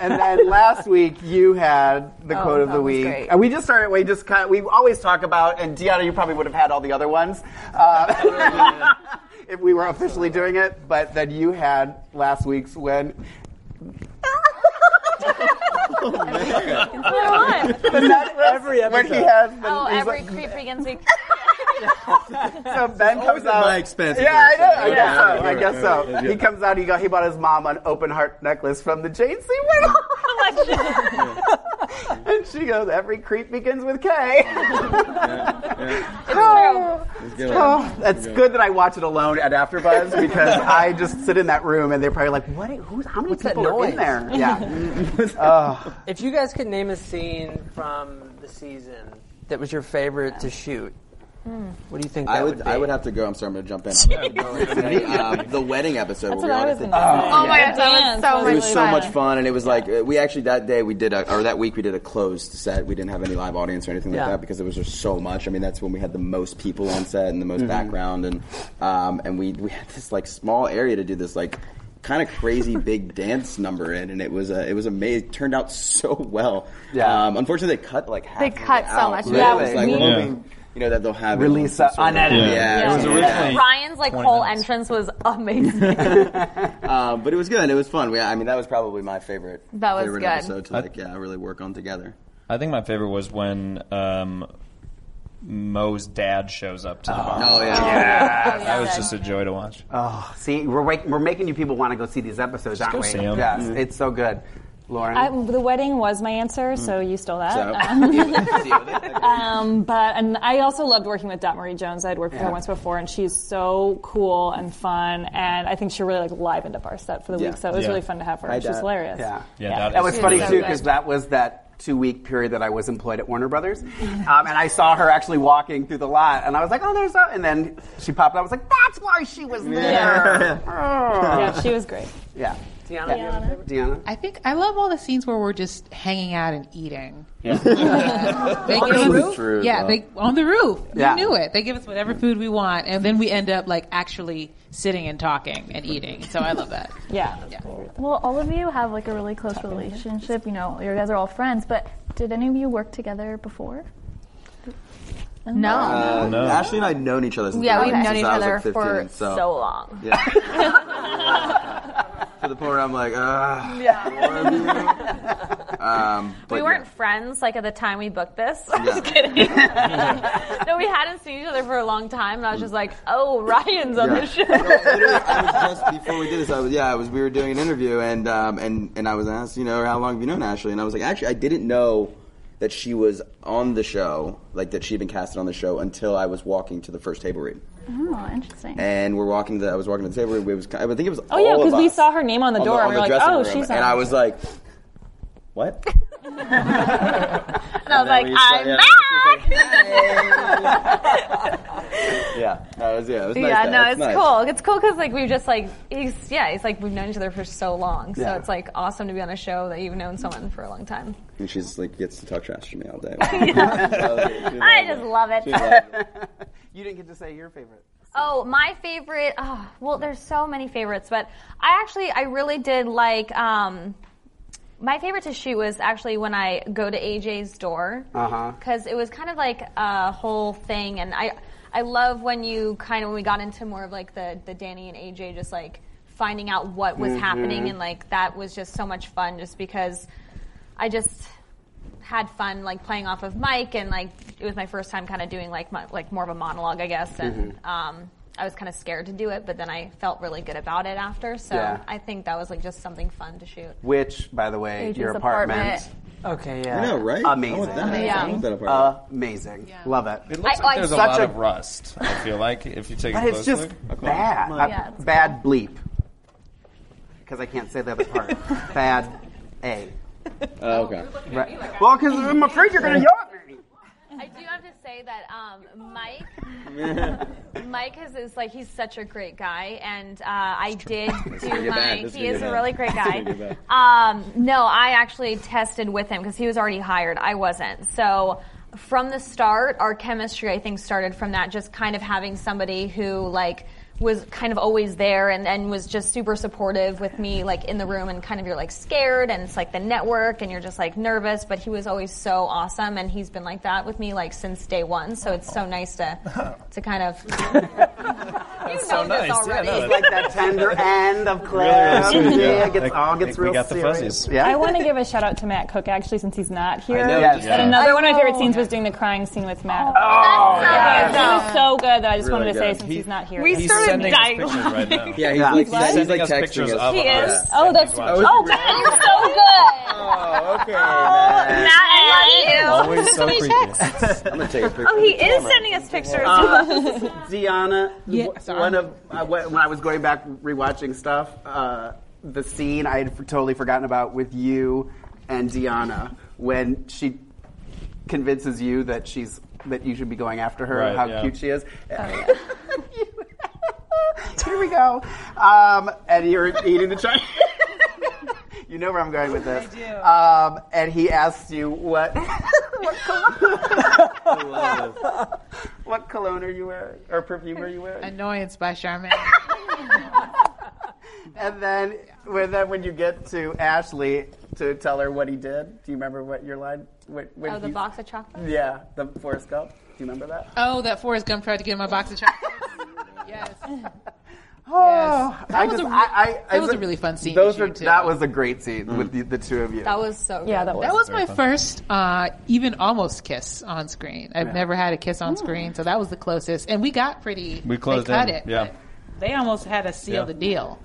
And then last week you had the
Oh,
quote of
that
the
was
week,
great.
and we just started. We just kind of, we always talk about, and Deanna, you probably would have had all the other ones uh, if we were officially doing it. But then you had last week's when
every
when he has the,
oh,
he's
every
like-
creep begins to.
so Ben comes
at
out.
my expense,
Yeah, I know. I
Okay,
guess so.
alright,
I guess so.
alright, alright,
He
yeah.
comes out. He got. He bought his mom an open heart necklace from the JC Whittle collection, and she goes, "Every creep begins with K." Oh.
good.
Oh, that's good that I watch it alone at AfterBuzz because I just sit in that room and they're probably like, "What? Who's? How many
What's that
people are in
noise?"
there?" Yeah. Oh. Ugh.
If you guys could name a scene from the season that was your favorite to shoot, what do you think that
I would,
would be?
I would have to go. I'm sorry, I'm going to jump in. I'm gonna go into the, um, the wedding episode.
That's
where we
what I
all
was
did the-
gonna
Oh my god, that was
dance
so
was
much
It was so
fun.
much fun, and it was like uh, we actually that day we did a, or that week we did a closed set. We didn't have any live audience or anything like
Yeah.
that because there was just so much. I mean, that's when we had the most people on set and the most
Mm-hmm.
Mhm.
background, and um, and we we had this like small area to do this like kind of crazy big dance number in, and it was uh, it was amazing. It turned out so well. Yeah. Um, unfortunately, they cut like half.
They
of it
cut so
out.
much.
Really?
Yeah,
It was like,
we-
we're
Yeah.
hoping, you know that they'll have it
Release
on some
that
sort of-
unedited.
Yeah,
Yeah.
it was
Yeah.
originally
Ryan's like
20
whole
minutes.
entrance was amazing.
Um, but it was good. It was fun. We, I mean, that was probably my favorite.
That was
favorite
good.
episode to like, yeah, really work on together.
I think my favorite was when um, Mo's dad shows up to the bar.
Oh, yeah.
Yeah.
That was just a joy to watch.
Oh, see, we're wak- we're making you people want to go see these episodes, aren't
go
we?
see 'em.
Yes,
Mhm.
it's so good, Lauren.
I, the wedding was my answer, so
Mm.
you stole that.
So.
um, but and I also loved working with Dot Marie Jones. I'd worked with her
Yeah.
once before, and she's so cool and fun. And I think she really like livened up our set for the
Yeah.
week, so it was
Yeah.
really fun to have her.
Hi,
She was
Dot.
hilarious.
Yeah.
Yeah, that
that
is
was
really
funny
good.
too because that was that two week period that I was employed at Warner Brothers,
Mm-hmm.
um, and I saw her actually walking through the lot, and I was like, "Oh, there's," a-. and then she popped up. I was like, "That's why she was there."
Oh.
Yeah, she was great.
"Oh." Yeah.
Deanna, do you have a favorite?
Deanna?
I think I love all the scenes where we're just hanging out and eating.
Yeah.
Uh, they
On
give
the
us-
roof? True,
yeah,
though.
they on the roof.
Yeah.
We knew it. They give us whatever food we want, and then we end up like actually sitting and talking and eating. So I love that.
Yeah. Well, all of you have like a really close relationship. You know, you guys are all friends. But did any of you work together before?
No.
Uh,
No.
Ashley and I have known each other since,
Oh. Yeah, we've
since
known each
I was,
other
like, 15,
for
so.
so long.
Yeah. to the point where I'm like, ah. Um, but
we
yeah.
weren't friends like at the time we booked this. I'm
Yeah.
just kidding. no, we hadn't seen each other for a long time, and I was just like, "Oh, Ryan's on
Yeah.
the show."
before we did this, I was yeah, I was we were doing an interview and um and and I was asked, you know, how long have you known Ashley? And I was like, actually, I didn't know that she was on the show, like that she'd been casted on the show until I was walking to the first table read.
Oh, interesting.
And we're walking to the, I was walking to the table read. We was I think it was
Oh yeah,
all of
because we
us
saw her name on the door. and we were like,
dressing
oh,
room.
she's on.
and I was like, what?
And I was like,
we saw-
"I'm
yeah,
back."
Yeah, that was yeah, it was nice.
yeah,
that-
no,
that's
it's
nice.
cool. It's cool because like we've just like he's yeah, he's like we've known each other for so long, so
Yeah.
it's like awesome to be on a show that you've known someone for a long time.
And she's like gets to talk trash to me all day.
I just love it.
She loved
you didn't get to say your favorite.
Oh, my favorite. Oh, well, there's so many favorites, but I actually, I really did like. Um, my favorite to shoot was actually when I go to AJ's door
Uh-huh.
because it was kind of like a whole thing, and I, I love when you kind of when we got into more of like the the Danny and AJ just like finding out what was
Mhm.
happening, and like that was just so much fun, just because I just had fun like playing off of Mike and like it was my first time kind of doing like mo- like more of a monologue I guess and
Mhm.
um, I was kind of scared to do it but then I felt really good about it after so
Yeah.
I think that was like just something fun to shoot.
Which, by the way,
AJ's
your apartment.
Okay,
yeah.
I know,
right?
Amazing.
I want that.
I Yeah. want that
Amazing. Love it.
It looks
I-
like
I-
there's a
Such
lot
a-
of rust. I feel like if you take
But
a
it's
close
just
look. Okay.
bad.
Mike.
Yeah, it's
bad bleep. Because I can't say the other part. bad A.
Oh, okay.
Right. Well, because I'm afraid you're going to yell at me.
I do have to say that um, Mike, Mike is, is like he's such a great guy, and uh, I did
gonna
do
get bad.
my.
This is
He
gonna
is
get
a
bad.
really great
This is
guy.
gonna get
Um, no, I actually tested with him because he was already hired. I wasn't. So from the start, our chemistry I think started from that, just kind of having somebody who like was kind of always there and, and was just super supportive with me like in the room and kind of you're like scared and it's like the network and you're just like nervous but he was always so awesome and he's been like that with me like since day one so it's so nice to to kind of
That's so
know
nice.
this
Yeah,
already.
no,
It's like that tender end of
Really,
cloud.
really sweet, yeah.
yeah, it gets,
Like,
all gets
we
real
got the
serious.
fuzzies.
Yeah.
I want to give a shout out to Matt Cook actually, since he's not here.
I know, Yes.
But
yeah.
another
I
one of my favorite
know.
scenes was doing the crying scene with Matt.
Oh,
yeah.
yeah.
It was so good that I just
Really
wanted to say
good.
since
He-
he's not here.
We He's started sending us dying. pictures right now. Yeah, he's like- He's he's sending like us texting pictures us. of He us. is?
Oh, that's
watching.
oh, Matt, you're
so good.
Oh, okay. man.
Matt, I love you.
Always so
Somebody
creepy.
text.
I'm gonna take a picture.
oh he is sending us pictures
Uh, Deanna, w- one of I went- when I was going back rewatching stuff, uh, the scene I had f- totally forgotten about with you and Deanna when she convinces you that she's that you should be going after her,
Right,
how
yeah.
cute she is.
Oh,
Here we go.
uh,
Um, and you're eating the Chinese. you know where I'm going with this. Um, and he asks you what what cologne are you wearing or perfume are you wearing?
Annoyance by Charmin.
And then when then when you get to Ashley to tell her what he did, do you remember what your line? What, when
oh the
he-
box of chocolate
Yeah, the Forrest Gump. Do you remember that?
Oh, that Forrest Gump tried to get in my box of chocolates. yes.
Oh,
Yes.
I
That was
just,
a re-
I, I,
that was a really fun scene to
Those are,
shoot, too.
That was a great scene with the, the two of you.
that was so good.
That was my first, uh, even almost kiss on screen. I've
Yeah. Mm.
never had a kiss on screen, so that was the closest. And we got pretty.
We closed
they cut
in.
it.
Yeah.
They almost had us seal
Yeah.
the deal.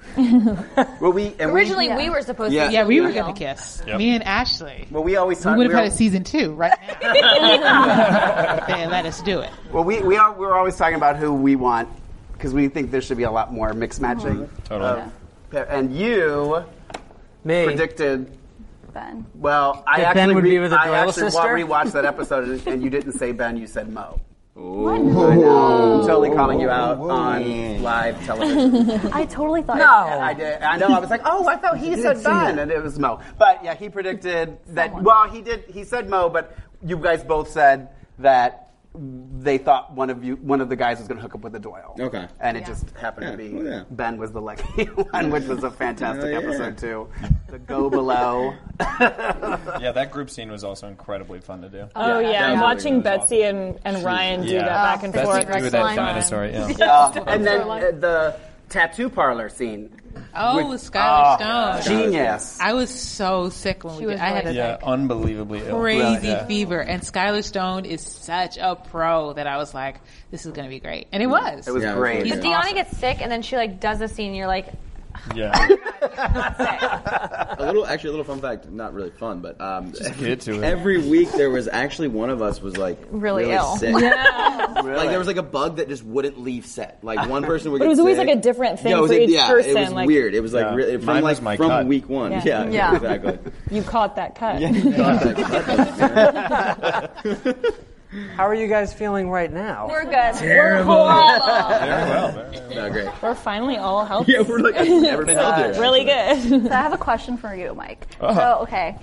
well, we and
Originally, we were supposed
Yeah,
to.
we were going to kiss. Me and Ashley.
Well, we always
We
talk.
would have
we
had a
were-
season two right now. if they had let us do it.
Well, we we are we're always talking about who we want because we think there should be a lot more mix matching. Uh,
Totally.
And you predicted.
Ben.
Well, I
That Ben
actually
would
re-
be with the
I
Doyle
actually wa-
sister?
rewatched that episode, and, and you didn't say Ben, you said Mo. I know. I'm totally calling you out on live television.
I totally thought.
No, I did. I know. I was like, oh, I thought he said Don, and it was Mo. But yeah, he predicted that. Well, he did. He said Mo, but you guys both said that they thought one of you, one of the guys, was going to hook up with a Doyle.
Okay.
And it just happened to
Yeah,
be
well, yeah.
Ben was the lucky one, which was a fantastic
Hell yeah.
episode too. The go below.
yeah, that group scene was also incredibly fun to do.
Oh yeah,
That was
watching
really good.
Betsy and, and Ryan do
Yeah.
that back and
Betsy
forth.
do with that dinosaur. Yeah.
Yeah. and then uh, the tattoo parlor scene.
Oh,
With-
with Skylar
Oh,
Stone.
genius.
I was so sick when we did. I had a
yeah, unbelievably ill.
crazy
Yeah.
fever, and Skylar Stone is such a pro that I was like, this is going to be great, and it was.
Mm. It was Yeah, it was great. really
He's
good.
Deanna
awesome.
gets sick and then she like does a scene. And you're like,
Yeah.
a little, actually, a little fun fact. Not really fun, but um,
Just get to it.
Every week there was actually one of us was like
Really ill.
sick.
Yeah.
Like there was like a bug that just wouldn't leave set. Like one person would.
But it
get
was always
sick.
like a different thing
Yeah, it was
for
like-
each
yeah,
person.
It was
like,
weird. It was like
Yeah.
really, from
Mine
like
was my
from
cut.
week one.
Yeah.
Yeah,
Yeah.
exactly.
you caught that cut.
How are you guys feeling right now?
We're good.
Terrible.
We're horrible.
No, great.
We're finally all healthy. uh,
Yeah, we're like, I've never been healthier.
Really good.
So I have a question for you, Mike.
Uh-huh.
So okay,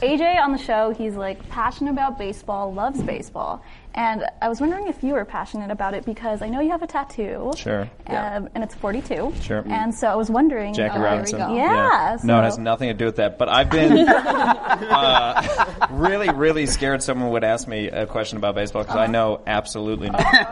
AJ on the show, he's like passionate about baseball, loves baseball, and I was wondering if you were passionate about it because I know you have a tattoo.
Sure.
Um, and it's 42.
Sure.
And so I was wondering.
Jackie
uh,
Robinson.
Yeah.
No, it
so-
has nothing to do with that. But I've been uh, really, really scared someone would ask me a question about baseball because I know absolutely nothing.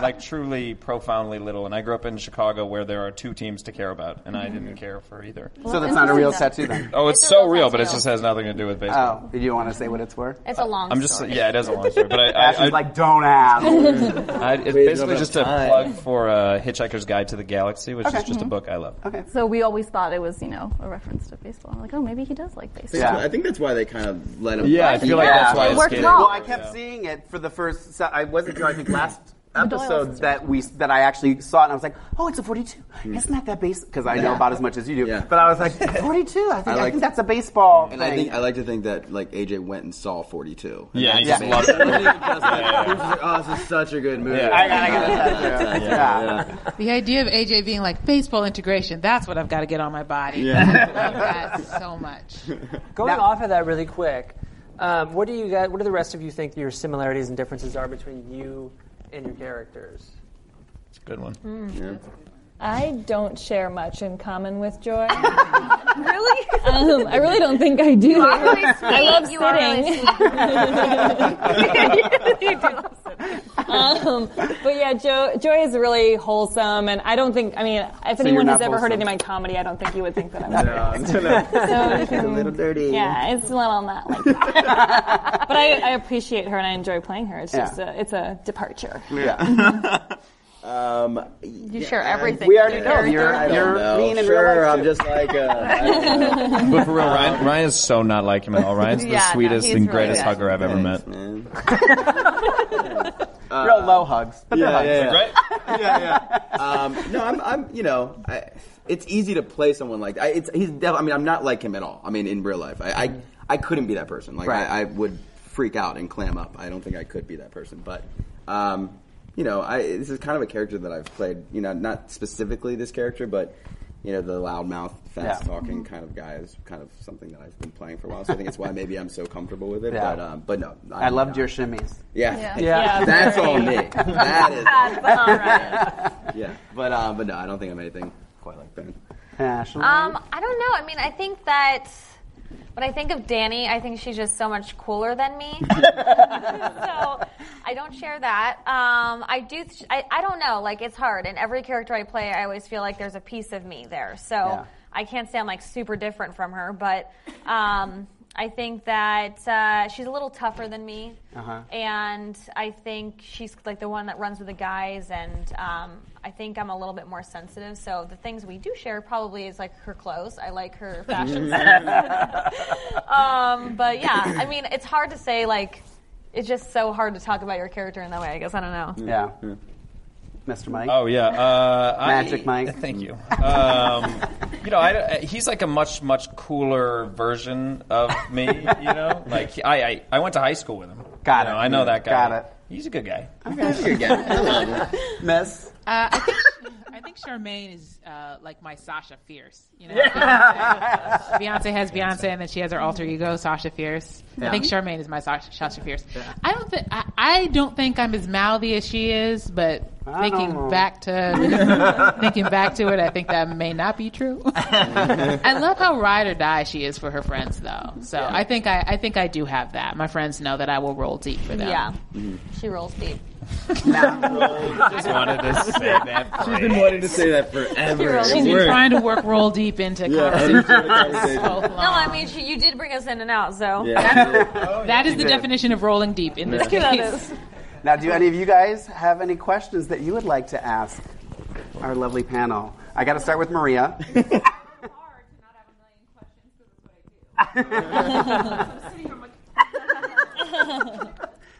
like truly, profoundly little. And I grew up in Chicago where there are two teams to care about, and I didn't care for either.
So that's not a real tattoo then.
Oh, it's, so real, but it just has nothing to do with baseball.
Oh, did you want to say what it's for?
It's a long.
I'm just yeah, it is a long story, but I, I,
Ashley's
I
like, don't ask.
I, it's
We don't
basically
have
just a
time.
plug for uh, Hitchhiker's Guide to the Galaxy, which
Okay.
is
mm-hmm.
just a
Mhm.
book I love.
Okay. So we always thought it was, you know, a reference to baseball. I'm like, oh, maybe he does like baseball.
I think that's why they kind of let him.
Yeah, I feel like that's why it's getting-
Well, I kept seeing it for the first. So I wasn't sure. I think last episode that we that I actually saw it, and I was like, "Oh, it's a 42. Isn't that that base?" Because I know
Mm. Yeah.
about as much as you do. But I was like, "42. I think, I
I like-
think that's a baseball."
And I
thing."
think I like to think that like AJ went and saw 42. And
Yeah, he
that's
just loved
amazing.
it.
He just, like, he was just like, oh, this is such a good movie.
Yeah. I gotta get a
tattoo.
Yeah, yeah.
The idea of AJ being like baseball integration—that's what I've got to get on my body.
Yeah.
I love that so much.
Going off of that really quick, um, what do you guys? What do the rest of you think your similarities and differences are between you and your characters?
It's a good one.
Mm.
I don't share much in common with Joy. really? Um, I really don't think I do. I love
You are really
sitting. um, but yeah, Joe, Joy is really wholesome, and I don't think. I mean, if
So you're
anyone has
not
ever heard any
wholesome.
of my comedy, I don't think you would think that I'm.
She's a little dirty.
Yeah, it's a little not like that. but I, I appreciate her and I enjoy playing her. It's just a, it's a departure.
Yeah. um, you
share everything.
We already know
Your
you're
character.
you're
no,
mean in
sure,
real life.
I'm just like. Uh,
But for real, Ryan, Ryan is so not like him at all. Ryan's
Yeah, no,
the sweetest
he's
and
really
greatest
good.
hugger I've ever met.
uh,
real low hugs, but
yeah,
they're
yeah,
hugs.
yeah. Um, no, I'm, I'm, you know, I, it's easy to play someone like I, it's, he's. Def- I mean, I'm not like him at all. I mean, in real life, I, I, I couldn't be that person. Like,
Right.
I, I would freak out and clam up. I don't think I could be that person. But, um, you know, I, this is kind of a character that I've played. You know, not specifically this character, but. You know, the loudmouth, fast talking kind of guy is kind of something that I've been playing for a while. So I think it's why maybe I'm so comfortable with it.
Yeah.
But, um, but no,
I
I'm
loved
not.
your shimmies.
Yeah.
Yeah.
Yeah.
Yeah,
That's
very.
all me. That is.
That's all right.
Yeah. But um, but no, I don't think I'm anything quite like Ben.
Ashley.
Um, I don't know. I mean, I think that when I think of Danny, I think she's just so much cooler than me. so I don't share that. Um, I do. Th- I, I don't know. Like it's hard. In every character I play, I always feel like there's a piece of me there. So
Yeah.
I can't say I'm like super different from her, but um, I think that uh, she's a little tougher than me.
Uh-huh.
And I think she's like the one that runs with the guys, and um, I think I'm a little bit more sensitive. So the things we do share probably is like her clothes. I like her fashion sense. um, but yeah, I mean, it's hard to say. Like, it's just so hard to talk about your character in that way. I guess I don't know.
Yeah. Mr. Mike.
Oh yeah, uh,
Magic
I,
Mike.
Thank you. Um, you know, I, he's like a much much cooler version of me. You know, like I I, I went to high school with him.
Got
You know,
it.
I know that guy.
Got it.
He's a good guy.
Okay, he's a good guy. I love him. Mess.
Uh, I think I think Charmaine is uh, like my Sasha Fierce. You know,
Yeah.
Beyonce has Beyonce, and then she has her alter ego, Sasha Fierce.
Yeah.
I think Charmaine is my Sasha, Sasha Fierce. I don't think I, I don't think I'm as mouthy as she is, but
I don't
thinking
know.
back to thinking back to it, I think that may not be true. I love how ride or die she is for her friends, though. So I think I, I think I do have that. My friends know that I will roll deep for them.
Yeah. She rolls deep.
Mm-hmm. Just wanted to say that.
She's been wanting to say that forever.
She's been trying to work roll deep into
Yeah,
conversations.
into conversation.
So
No, I mean, she, you did bring us in and out, so.
Oh,
that is
you
the
did.
definition of rolling deep in this
Yeah.
case.
Now, do any of you guys have any questions that you would like to ask our lovely panel? I got to start with Maria.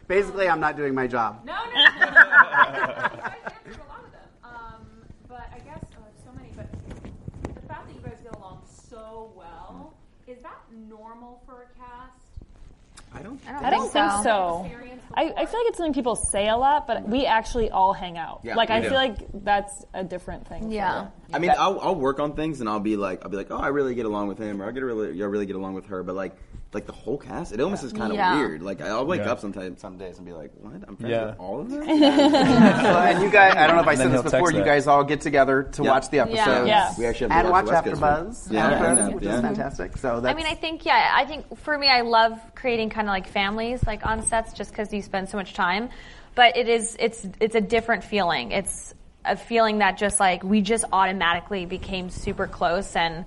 Basically, I'm not doing my job.
No, no, no. I answered a lot of them. Um, but I guess oh, there's so many. But the fact that you guys get along so well is that normal for a cast?
I don't.
I don't think so. I, I feel like it's something people say a lot, but we actually all hang out.
Yeah,
like
we
I
do.
feel like that's a different thing. for
Yeah.
it.
I mean, I'll, I'll work on things and I'll be like, I'll be like, oh, I really get along with him, or I get really, I really get along with her. But like, like the whole cast, it almost is kind of
Yeah.
weird. Like, I'll wake
Yeah.
up sometimes, some days, and be like, what? I'm friends
Yeah.
with all of them.
Well, and you guys, I don't know if I
And then
said this
he'll
before,
text
you
that.
guys all get together to
Yeah.
watch the
Yeah.
episodes.
Yes. We actually have
and
to
watch
watch
After
the West Coast
Buzz.
one. Yeah.
After Buzz,
Yeah.
which
Yeah.
is fantastic. So that's
I mean, I think yeah. I think for me, I love creating kind of like families, like on sets, just because you spend so much time. But it is it's it's a different feeling. It's a feeling that just like we just automatically became super close and.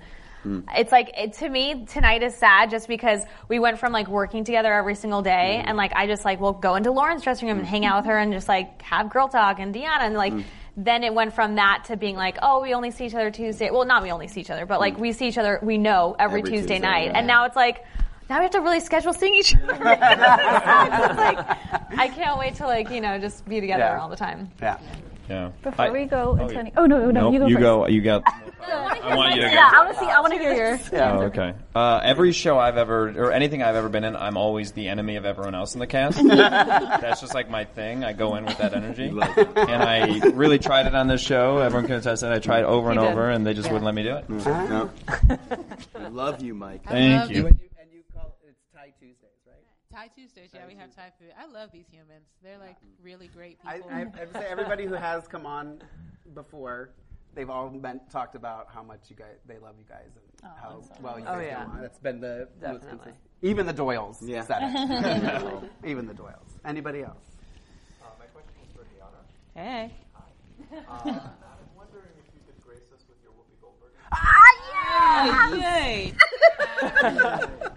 It's like it, to me tonight is sad just because we went from like working together every single day and like I just like will go into Lauren's dressing room and hang out with her and just like have girl talk and Deanna and like then it went from that to being like oh we only see each other Tuesday well not we only see each other but like we see each other we know every,
Every
Tuesday,
Tuesday,
night
right.
and now it's like now we have to really schedule seeing each other. It's like, I can't wait to like you know just be together
Yeah.
all the time.
Yeah.
Yeah.
Before
I-
we go
oh,
into
yeah.
any, oh no, no,
Nope,
you go first.
go. You got.
I
want you to
Yeah,
go.
I want to see. I want to hear your.
Oh, okay. Uh, every show I've ever, or anything I've ever been in, I'm always the enemy of everyone else in the cast. That's just like my thing. I go in with that energy, and I really tried it on this show. Everyone can attest that I tried over and
You did.
over, and they just
Yeah.
wouldn't let me do it.
No. Love you, Mike.
Thank love you. you.
And you call it's Thai Tuesdays, right?
Thai Tuesdays, yeah, we have Thai food. I love these humans. They're like really great
I,
people.
I, I would say everybody who has come on before, they've all been, talked about how much you guys, they love you guys and how well you
Oh,
guys
yeah.
come on. That's been the most
Definitely.
consistent. Even the Doyles yeah. said it. Even the Doyles. Anybody else?
my question is for Diana.
Hey.
I'm wondering if you could grace us with your Whoopi Goldberg.
Ah,
yay!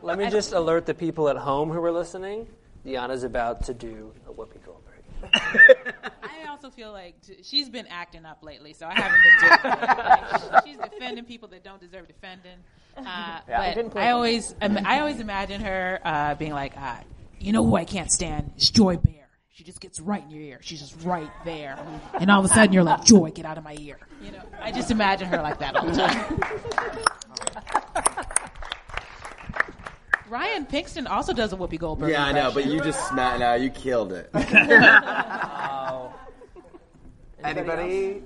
Let me just alert the people at home who are listening. Deanna's about to do a Whoopi Goldberg.
I also feel like t- she's been acting up lately, so I haven't been doing it. Like, she's defending people that don't deserve defending. Uh,
Yeah, I didn't
but
play
I
that.
always, um, I always imagine her uh, being like, ah, you know who I can't stand? It's Joy Bear. She just gets right in your ear. She's just right there, and all of a sudden you're like, Joy, get out of my ear. You know, I just imagine her like that all the time. Ryan Pinkston also does a Whoopi Goldberg.
Yeah, I know, but
impression.
you just smacked. Now you killed it.
Oh.
Anybody?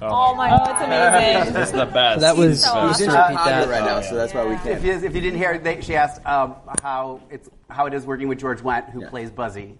Oh my god, it's amazing.
That's the best.
That was- So you
should
awesome.
repeat that.
right now, so that's why we
If
can't.
you, if you didn't hear, they, she asked um, how it's how it is working with George Wendt, who plays Buzzy.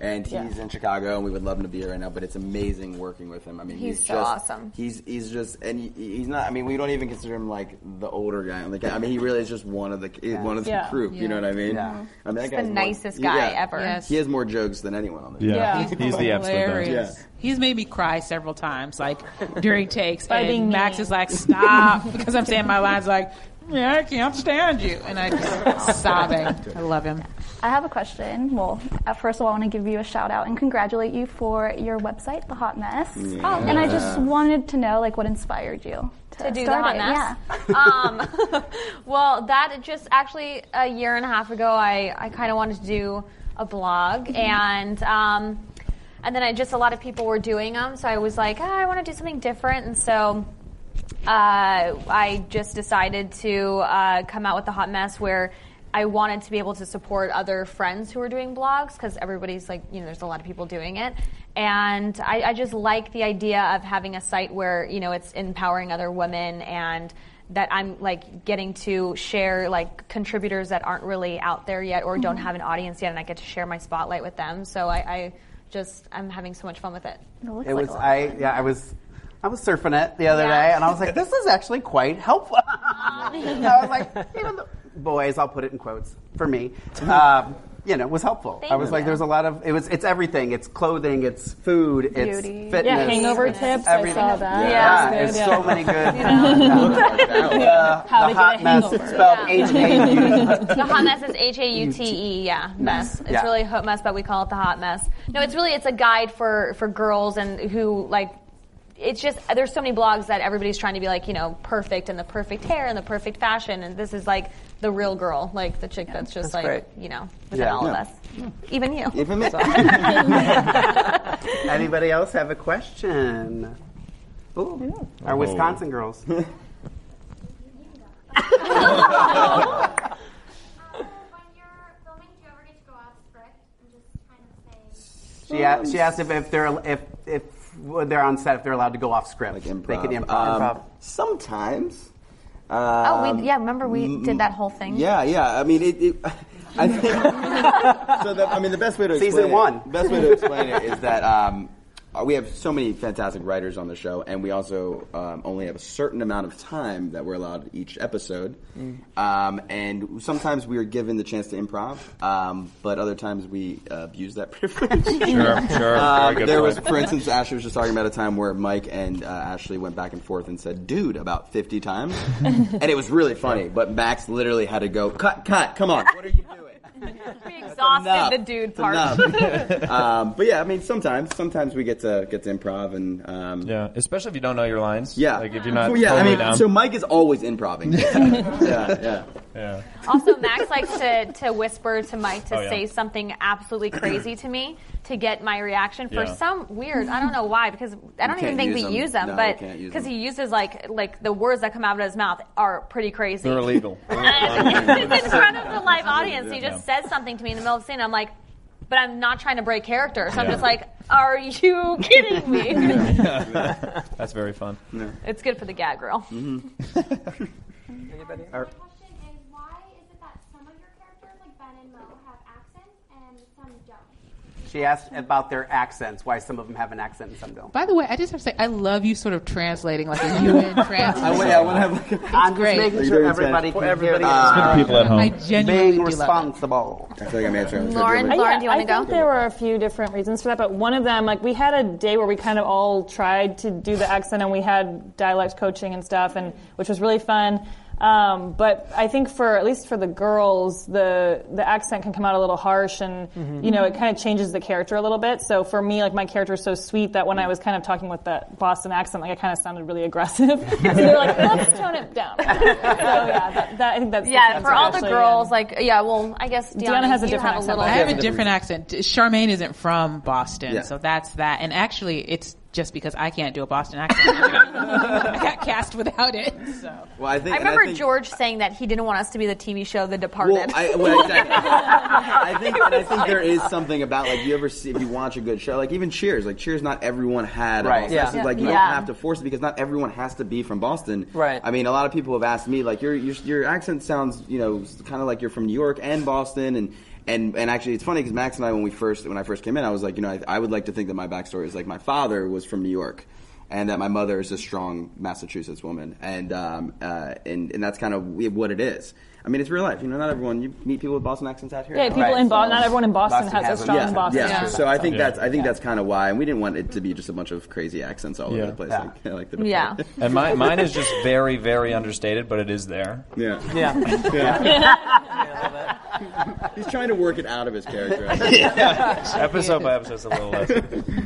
And he's in Chicago, and we would love him to be here right now. But it's amazing working with him. I mean, he's,
He's so
just,
awesome.
He's he's just, and he, he's not. I mean, we don't even consider him like the older guy. on the ca- I mean, he really is just one of the he's one of the
Yeah.
crew. You know what I mean?
Yeah.
I mean, that
He's the
guy's more-
nicest guy ever. Yes.
He has more jokes than anyone on the
Yeah.
Yeah.
He's the absolute best.
Hilarious. He's made me cry several times, like during takes.
By
and
being
Max
mean.
is like, "Stop," because I'm saying my lines like, "Yeah, I can't stand you," and I just sobbing. I love him.
I have a question. Well, uh, first of all, I want to give you a shout out and congratulate you for your website, The Hot Mess.
Yeah.
And I just wanted to know, like, what inspired you to,
to do the
start
hot
it?
mess.
Yeah.
Um, well, that just actually a year and a half ago, I, I kind of wanted to do a blog,
Mm-hmm.
Mhm.
and um, and then I just a lot of people were doing them, so I was like, ah, I want to do something different, and so. Uh, I just decided to uh, come out with the hot mess where I wanted to be able to support other friends who are doing blogs because everybody's like, you know, there's a lot of people doing it. And I, I just like the idea of having a site where, you know, it's empowering other women and that I'm like getting to share like contributors that aren't really out there yet or don't
Mhm.
have an audience yet and I get to share my spotlight with them. So I, I just, I'm having so much fun with it.
It was I yeah I was I was surfing it the other
Yeah.
day and I was like this is actually quite helpful. I was like Boys, I'll put it in quotes for me. Um, you know, was helpful. I
Thank
was
you.
like, there's a lot of it was. It's everything. It's clothing. It's food. It's
Beauty.
fitness.
Yeah, hangover tips, I
everything.
saw
Yeah,
that. Yeah. That was
it's
good,
so
yeah.
many good.
Yeah.
Uh,
How
the
to get
hot
a
mess
hangover.
spelled
Yeah.
H A U
the hot mess is H A U T E, yeah, mess. It's
Yeah.
really a hot mess, but we call it the hot mess. No, it's really it's a guide for for girls and who like. It's just there's so many blogs that everybody's trying to be like you know perfect and the perfect hair and the perfect fashion and this is like the real girl like the chick that's just
that's
like
great.
you know within
Yeah.
all
Yeah.
of us even you
even me
Anybody else have a question? Ooh, our
Oh.
Wisconsin girls. She asked, she asked if, if they're if if they're on set if they're allowed to go off script. They can improv.
Um,
improv.
Sometimes.
oh
Um,
we yeah remember we did that whole thing
Yeah, yeah. I mean, it. it I think. so the, I mean, the best way to
Season
explain it-
one.
the best way to explain it is that um, uh, we have so many fantastic writers on the show, and we also um, only have a certain amount of time that we're allowed each episode.
Mm.
Um, and sometimes we are given the chance to improv, um, but other times we uh, abuse that privilege. Um,
Sure, sure. Very good
there
point.
was, for instance, Ashley was just talking about a time where Mike and uh, Ashley went back and forth and said "dude" about fifty times, and it was really funny. But Max literally had to go cut, cut, come on. What are you doing?
we exhausted
enough.
the dude
It's
part
enough. um, but yeah, I mean, sometimes, sometimes we get to get to improv and um,
yeah, especially if you don't know your lines.
Yeah,
like if you're not
Well, yeah, I
totally
mean,
down.
so Mike is always improving. yeah, yeah,
yeah.
Also, Max likes to, to whisper to Mike to
Oh, yeah.
say something absolutely crazy to me to get my reaction for
Yeah.
some weird. I don't know why because I don't
can't
even think
use
we
them.
use them,
No, you
but
can't use
because
them.
he uses like like the words that come out of his mouth are pretty crazy.
They're illegal.
it's in front of the live audience. He
Yeah.
just says something to me in the middle of the scene. I'm like, but I'm not trying to break character, so I'm
Yeah.
just like, are you kidding me?
That's very fun.
it's good for the gag reel.
Mm-hmm.
Anybody?
She asked about their accents. Why some of them have an accent and some don't.
By the way, I just have to say, I love you sort of translating like a UN translator.
I would- I would have, like,
It's
I'm
great.
just making sure everybody can hear that.
I
being
genuinely do love it.
responsible.
I feel like I'm answering.
Lauren,
Uh,
Lauren,
yeah,
do you want
I
to go?
think there were a few different reasons for that, but one of them, like we had a day where we kind of all tried to do the accent, and we had dialect coaching and stuff, and which was really fun. Um, but I think for at least for the girls, the the accent can come out a little harsh, and
Mhm.
Mm-hmm.
you know it kind of changes the character a little bit. So for me, like my character is so sweet that when I was kind of talking with that Boston accent, like I kind of sounded really aggressive. so they're like, let's tone it down. so Oh, yeah, that, that, I think that's
Yeah, for all the
Ashley,
girls, like yeah, well, I guess Deanna,
Deanna has a
you
different
have
accent.
a little.
I have a different accent. Charmaine isn't from Boston,
Yeah.
so that's that. And actually, it's just because I can't do a Boston accent. I got cast without it. So.
Well, I think.
I
and
remember
I think,
George saying that he didn't want us to be the TV show The Departed.
Well, I, well, exactly. I think, and I think there is something about like you ever see if you watch a good show, like even Cheers, like Cheers, not everyone had. a
Right,
Boston
yeah.
accent. Like you
Yeah.
don't have to force it because not everyone has to be from Boston.
Right.
I mean, a lot of people have asked me like your your, your accent sounds you know kind of like you're from New York and Boston and. And, and actually, it's funny because Max and I, when we first when I first came in, I was like, you know, I, I would like to think that my backstory is like my father was from New York, and that my mother is a strong Massachusetts woman, and um, uh, and and that's kind of what it is. I mean, it's real life. You know, not everyone you meet people with Boston accents out here.
Yeah, people in Bo- not everyone in Boston Boston has a has a- strong
yeah,
Boston
yeah.
accent.
So I think
Yeah.
that's I think that's kind of why, and we didn't want it to be just a bunch of crazy accents all over the place, like, like the
yeah.
And my, mine is just very, very understated, but it is there.
Yeah.
Yeah.
He's trying to work it out of his character.
Episode by episode, it's a little less.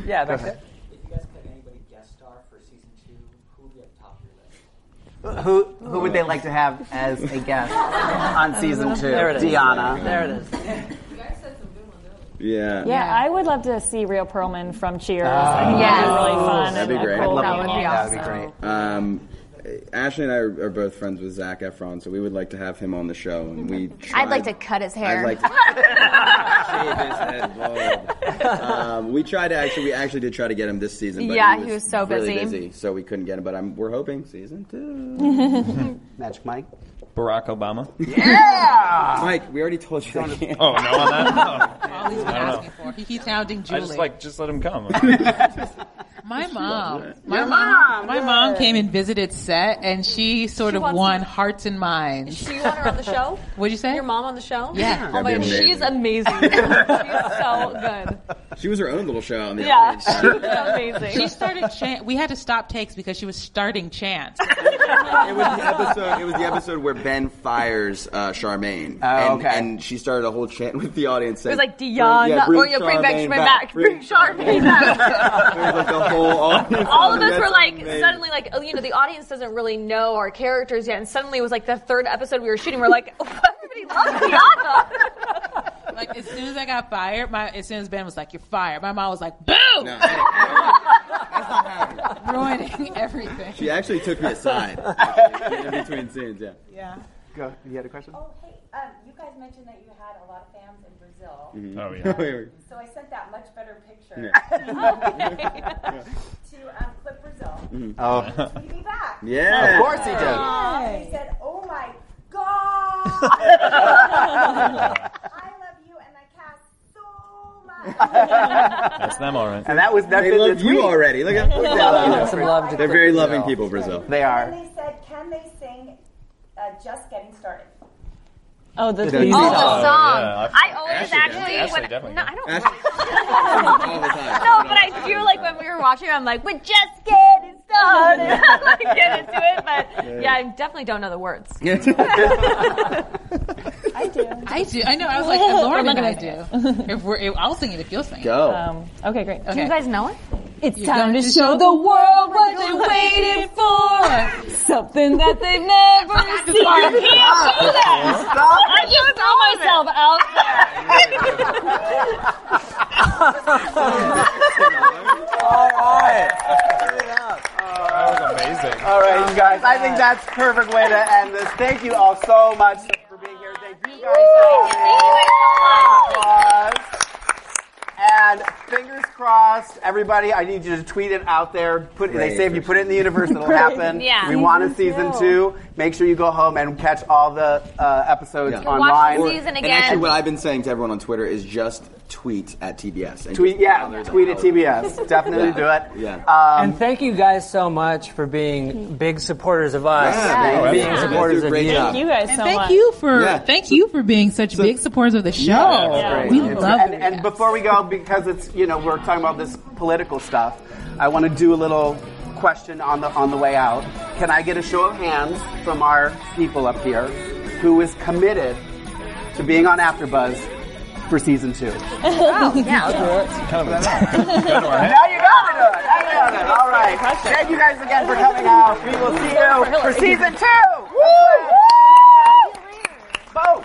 Yeah, back there.
If you guys pick anybody guest star for season two, who would be at the top of your list?
Who who would they like to have as a guest on season two?
There it is.
Deanna.
There it is.
yeah.
Yeah, I would love to see Rio Perlman from Cheers.
Oh.
I think that'd be
Yes.
really fun.
That'd be
and a
great.
Cool
I'd love
role.
to- That would be great. Um, Ashley and I are, are both friends with Zach Efron, so we would like to have him on the show, and we. Tried,
I'd like to cut his
I'd
hair.
like to shave his head bald. Um, we tried to actually, we actually did try to get him this season. But
Yeah,
he was,
he was so
really
busy.
so we couldn't get him. But I'm, we're hoping season two.
Magic Mike.
Barack Obama.
Mike, we already told you. That oh
no, on that. No.
All he's been asking for. He keeps hounding
I
Julie.
just like just let him come.
My mom,
it.
my
Your
mom,
mom,
my mom
good.
came and visited set, and she sort
She
of
wants
won
you-
hearts and minds.
Do you want her on the show?
What'd you say?
Your mom on the show?
Yeah.
Oh my
That'd
god,
be
she's amazing. she's so good.
She was her own little show out in the
Yeah,
audience.
she was amazing.
She started chant. We had to stop takes because she was starting chants.
It was the episode. It was the episode where Ben fires uh, Charmaine, and, and she started a whole chant with the audience.
It was
saying,
like Dion,
yeah,
or you bring back
Charmaine
Charmaine back, bring Charmaine back.
It was like the whole audience.
All of us
That's
were like,
amazing.
suddenly, like, oh, you know, the audience doesn't really know our characters yet, and suddenly it was like the third episode we were shooting. We're like, everybody loves Diana.
like as soon as I got fired, my as soon as Ben was like, "You're fired," my mom was like, "Boo!" Ruining everything.
She actually took me aside in between scenes. Yeah.
Yeah.
Go. You had a question?
Oh, hey, um, you guys mentioned that you had a lot of fans in Brazil.
Mhm. Oh, yeah. Oh, yeah.
So I sent that much better picture.
Yeah.
Okay.
Yeah.
to um, Clip Brazil.
Mhm.
Oh.
He be back.
Yeah. Of course he did.
And he said, oh my God. I love you and I cast so much.
That's them, all right.
And that was that's
They
in
love
the
you
tweet.
already. Look at- look at them.
Some love to
They're very
Brazil.
loving people, Brazil.
They
And
are.
they said, can they sing uh, Just Getting Started?
Oh, the,
The
song.
song. Oh,
yeah. I always
Ashley
actually,
does. Ashley
when,
definitely
no, I don't.
all the time.
No, but I do like when we were watching. I'm like, we're just getting started. I get into it, but yeah, I definitely don't know the words.
I do. I do. I know. I was like,
Oh
Lauren
We're
and
not
I do. If we're, if, I'll sing it if you'll sing it.
Go.
Um,
okay, great.
Okay.
know it?
It's
You
time to
guys- Oh
show the world what they waited for. Something that they've never seen.
I can't do that.
Stop.
I just throw myself out
All right.
That was amazing.
All right, you guys. Um, I think that's a perfect way to end this. Thank you all so much for being here. Thank you guys for coming. Applause. And fingers crossed, everybody. I need you to tweet it out there. Put
Right,
they say if you
for
put it in the universe, it'll
Right.
happen.
Yeah.
We want a
Season
season two. Make sure you go home and catch all the uh, episodes
Yeah.
online.
Or- And actually, what I've been saying to everyone on Twitter is just tweet at TBS. And
Tweet,
just
yeah,
follow their
tweet at
followers.
TBS. Definitely do it.
Yeah.
and thank you guys so much for being big supporters of us,
Yeah, man.
and being
Yeah.
supporters of
Great
you.
job. Thank
you guys
And
so
thank
much.
you for
Yeah.
thank you for being such big supporters of the show. We love
and, and before we go, because it's you know we're talking about this political stuff, I want to do a little question on the on the way out. Can I get a show of hands from our people up here who is committed to being on AfterBuzz for season two?
Oh, yeah.
Kind of a- Go to our head.
Now you gotta do it. Now you gotta do it. All right. Thank you guys again for coming out. We will see you for season two. Both.